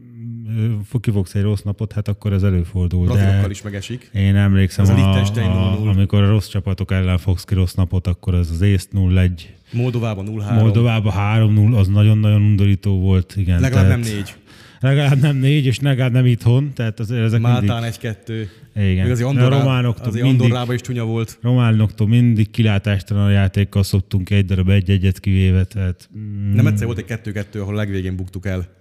ö, kifogsz egy rossz napot, hát akkor ez előfordul. De Profilokkal is megesik. én emlékszem, Ez a a, Liechtenstein a, 0-0. amikor a rossz csapatok ellen fogsz ki rossz napot, akkor ez az észt 0-1, Moldovában 0-3. Moldovában 3-0, az nagyon-nagyon undorító volt. Igen, Legalább tehát- nem négy. Legalább nem négy, és legalább nem itthon, tehát azért ezek Máltán mindig... 1-2. Igen. Még azért De a Andorrá, románoktól azért mindig- Andorrában is csúnya volt. Románoktól mindig kilátástalan a játékkal szoptunk egy darab egy-egyet kivéve, tehát... Mm, Nem egyszer volt egy 2-2, ahol legvégén buktuk el.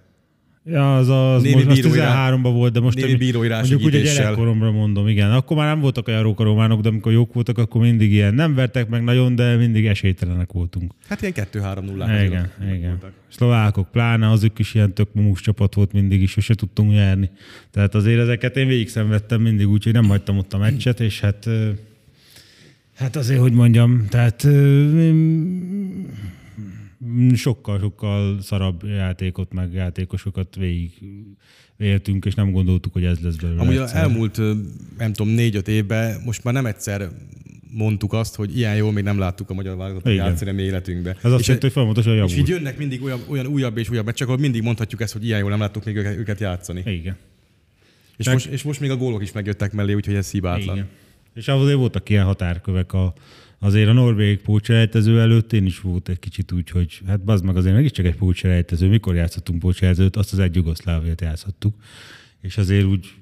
ja, az, az, Némi most, az bíróírás- 13-ban volt, de most némi ami- bíróírás mondjuk úgy a segítéssel. gyerekkoromra mondom, igen. Akkor már nem voltak olyan jók a románok, de amikor jók voltak, akkor mindig ilyen. Nem vertek meg nagyon, de mindig esélytelenek voltunk. Hát ilyen 2-3 0 Igen, igen. Szlovákok pláne, azok is ilyen tök mumus csapat volt mindig is, sose tudtunk nyerni. Tehát azért ezeket én végig szenvedtem mindig, úgyhogy nem hagytam ott a meccset, és hát ö, hát azért, hogy mondjam, tehát ö, mm, sokkal-sokkal szarabb játékot, meg játékosokat végig éltünk, és nem gondoltuk, hogy ez lesz belőle. Amúgy az egyszer. elmúlt, ö, nem tudom, négy-öt évben most már nem egyszer mondtuk azt, hogy ilyen jól még nem láttuk a magyar válogatott Igen. játszani a mi életünkbe. Ez azt és, jelenti, hogy folyamatosan és így javult. jönnek mindig olyan, olyan újabb és újabb meccsek, ahol mindig mondhatjuk ezt, hogy ilyen jól nem láttuk még őket, őket játszani. Igen. És most, és most még a gólok is megjöttek mellé, úgyhogy ez hibátlan. Igen. És azért voltak ilyen határkövek a, azért a norvég pócselejtező előtt én is volt egy kicsit úgy, hogy hát bazd meg azért mégiscsak egy pócselejtező. Mikor játszottunk pócselejtezőt? Azt az egy Jugoszláviát játszottuk. És azért úgy,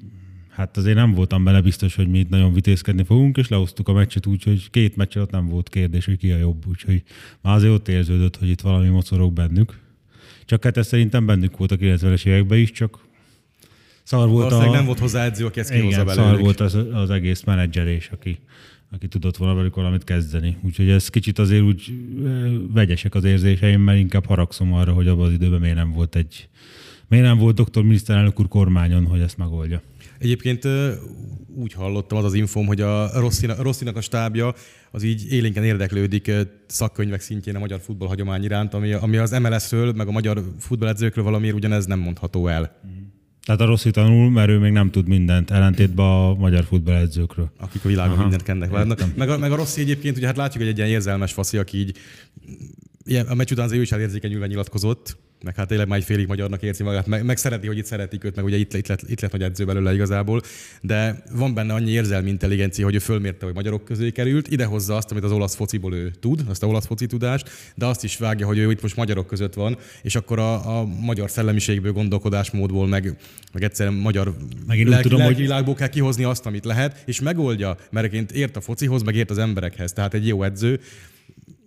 hát azért nem voltam bele biztos, hogy mi itt nagyon vitézkedni fogunk, és lehoztuk a meccset úgy, hogy két meccs alatt nem volt kérdés, hogy ki a jobb. Úgyhogy már azért ott érződött, hogy itt valami mocorog bennük. Csak hát ez szerintem bennük volt a 90-es években is, csak szar volt a... Valószínűleg nem volt hozzá edző, aki ezt kihozza Igen, szar belőlük. volt az, az egész menedzserés, aki, aki tudott volna velük valamit kezdeni. Úgyhogy ez kicsit azért úgy ö, vegyesek az érzéseim, mert inkább haragszom arra, hogy abban az időben miért nem volt egy Miért nem volt doktor miniszterelnök úr kormányon, hogy ezt megoldja? Egyébként ö, úgy hallottam, az az infom, hogy a Rosszinak, Rosszinak a stábja az így élénken érdeklődik ö, szakkönyvek szintjén a magyar futball hagyomány iránt, ami, ami az MLS-ről, meg a magyar futballedzőkről valamiért ugyanez nem mondható el, Tehát a rossz tanul, mert ő még nem tud mindent, ellentétben a magyar futballedzőkről. akik a világon Aha, mindent kennek várnak. Meg a, meg a Rossi egyébként, ugye hát látjuk, hogy egy ilyen érzelmes faszi, aki így ilyen, a meccs után azért ő is elérzékenyülve nyilatkozott, meg hát tényleg már egy félig magyarnak érzi magát, meg, meg szereti, hogy itt szeretik őt, meg ugye itt, itt, lett, itt lett nagy edző belőle igazából, de van benne annyi érzelmi intelligencia, hogy ő fölmérte, hogy magyarok közé került, idehozza azt, amit az olasz fociból ő tud, azt a olasz foci tudást, de azt is vágja, hogy ő itt most magyarok között van, és akkor a, a magyar szellemiségből, gondolkodásmódból, meg, meg egyszerűen magyar Meg én úgy lelki- tudom, hogy- világból kell kihozni azt, amit lehet, és megoldja, mert egyébként ért a focihoz, meg ért az emberekhez. Tehát egy jó edző,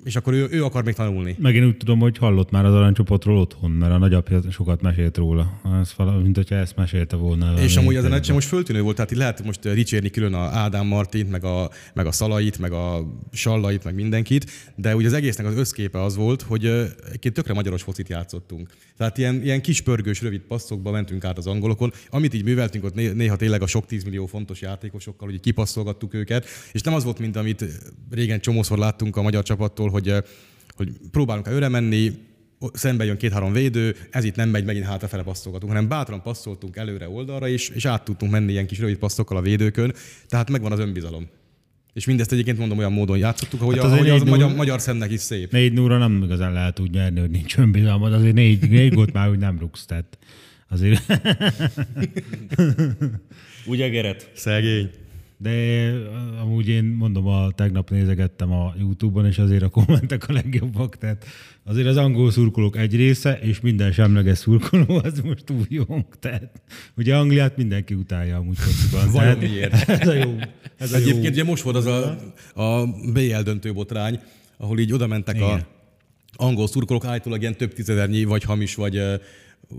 és akkor ő, ő akar még tanulni. Meg én úgy tudom, hogy hallott már az aranycsoportról otthon, mert a nagyapja sokat mesélt róla. Ez valami, mint hogyha ezt mesélte volna. És amúgy az a Valami- meccsen most föltűnő volt, tehát így lehet most dicsérni külön a Ádám Martint, meg a, meg a Szalait, meg a Sallait, meg mindenkit, de ugye az egésznek az összképe az volt, hogy ö, egyébként tökre magyaros focit játszottunk. Tehát ilyen, ilyen kis pörgős, rövid passzokba mentünk át az angolokon, amit így műveltünk ott né- néha tényleg a sok 10 millió fontos játékosokkal, hogy így kipasszolgattuk őket, és nem az volt, mint amit régen csomószor láttunk a magyar csapattól, hogy, ö, hogy próbálunk előre menni, szembe jön két-három védő, ez itt nem megy, megint hátrafele passzolgatunk, hanem bátran passzoltunk előre oldalra is, és át tudtunk menni ilyen kis rövid passzokkal a védőkön, tehát megvan az önbizalom. És mindezt egyébként mondom olyan módon játszottuk, hogy Hát hát az, azért ahogy az négy magyar, null- magyar szemnek is szép. Négy núra nem igazán lehet úgy nyerni, hogy nincs önbizalmad, azért négy, négy gólt már úgy nem rúgsz, tehát azért. Ugye, Geret? Szegény. De amúgy én mondom, a tegnap nézegettem a Youtube-on, és azért a kommentek a legjobbak, tehát azért az angol szurkolók egy része, és minden semleges szurkoló az most túljong, tehát ugye Angliát mindenki utálja amúgy kocsiban. Vajon tehát miért? Ez a jó. Ez Ez a jó. egyébként ugye most volt az a, a BL döntő botrány, ahol így oda mentek a angol szurkolók állítólag ilyen több tizedernyi, vagy hamis, vagy ö,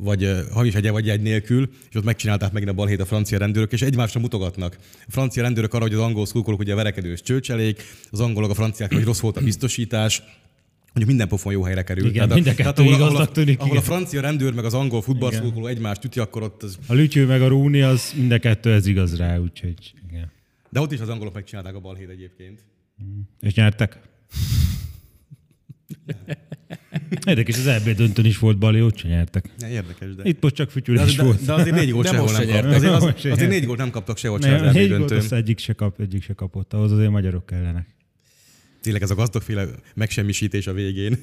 vagy ö, hamis egye, vagy egy nélkül, és ott megcsinálták megint a balhét a francia rendőrök, és egymásra mutogatnak. A francia rendőrök arra, hogy az angol szurkolók ugye verekedős csőcselék, az angolok a franciák, hogy rossz volt a biztosítás, mondjuk minden pofon jó helyre kerül. Igen, a- mind a kettő ahol, a- ahol, igaznak a, tűnik, ahol a igen. francia rendőr meg az angol futballszurkoló egymást üti, akkor ott az A lütyő meg a rúni, az mind a kettő, ez igaz rá, úgyhogy igen. de ott is az angolok megcsinálták a balhét egyébként. És nyertek? Érdekes, az EB döntőn is volt Bali, ott se nyertek. Érdekes, de... Itt most csak De, fütyülés de, volt. de azért négy gólt De sehol most nem se kaptak. nyertek. Azért, az, Most se azért nyertek. négy gólt nem kaptak sehol se Nem, az négy EB gólt, döntőn. azt egyik se, kap, egyik se kapott, ahhoz azért magyarok kellenek. Tényleg ez a gazdagféle megsemmisítés a végén.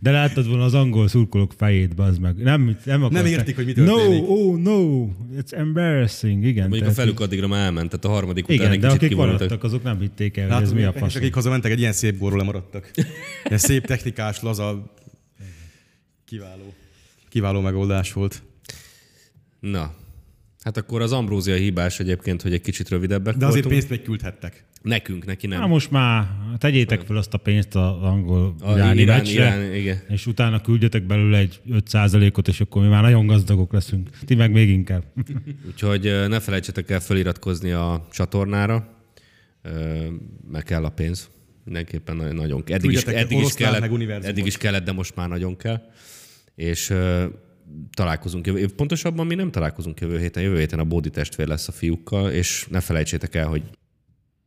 De láttad volna az angol szurkolók fejét, bazd meg. Nem, nem, akarták. értik, hogy mi történik. No, oh no, it's embarrassing. Igen, Mondjuk a tehát- felük addigra már elment, tehát a harmadik után igen egy de kicsit akik kivoltak. maradtak, azok nem hitték el, hogy Látod, ez mi a és fasz. akik hazamentek, egy ilyen szép gólról lemaradtak. Ilyen szép technikás, laza, kiváló, kiváló megoldás volt. Na, hát akkor az Ambrózia hibás egyébként, hogy egy kicsit rövidebbek De azért voltunk. pénzt még küldhettek. Nekünk, neki nem. Na most már tegyétek fel azt a pénzt az angol A iráni Irán- meccsre, Irán- igen. és utána küldjetek belőle egy 5%-ot, és akkor mi már nagyon gazdagok leszünk. Ti meg még inkább. Úgyhogy ö, ne felejtsetek el feliratkozni a csatornára, Ö, meg kell a pénz. Mindenképpen nagyon, nagyon kell. Eddig, is, Küldjetek eddig, is oroszlánt kellett, meg univerzumot. eddig is kellett, de most már nagyon kell. És ö, találkozunk jövő Pontosabban mi nem találkozunk jövő héten. Jövő héten a Bódi testvér lesz a fiúkkal, és ne felejtsétek el, hogy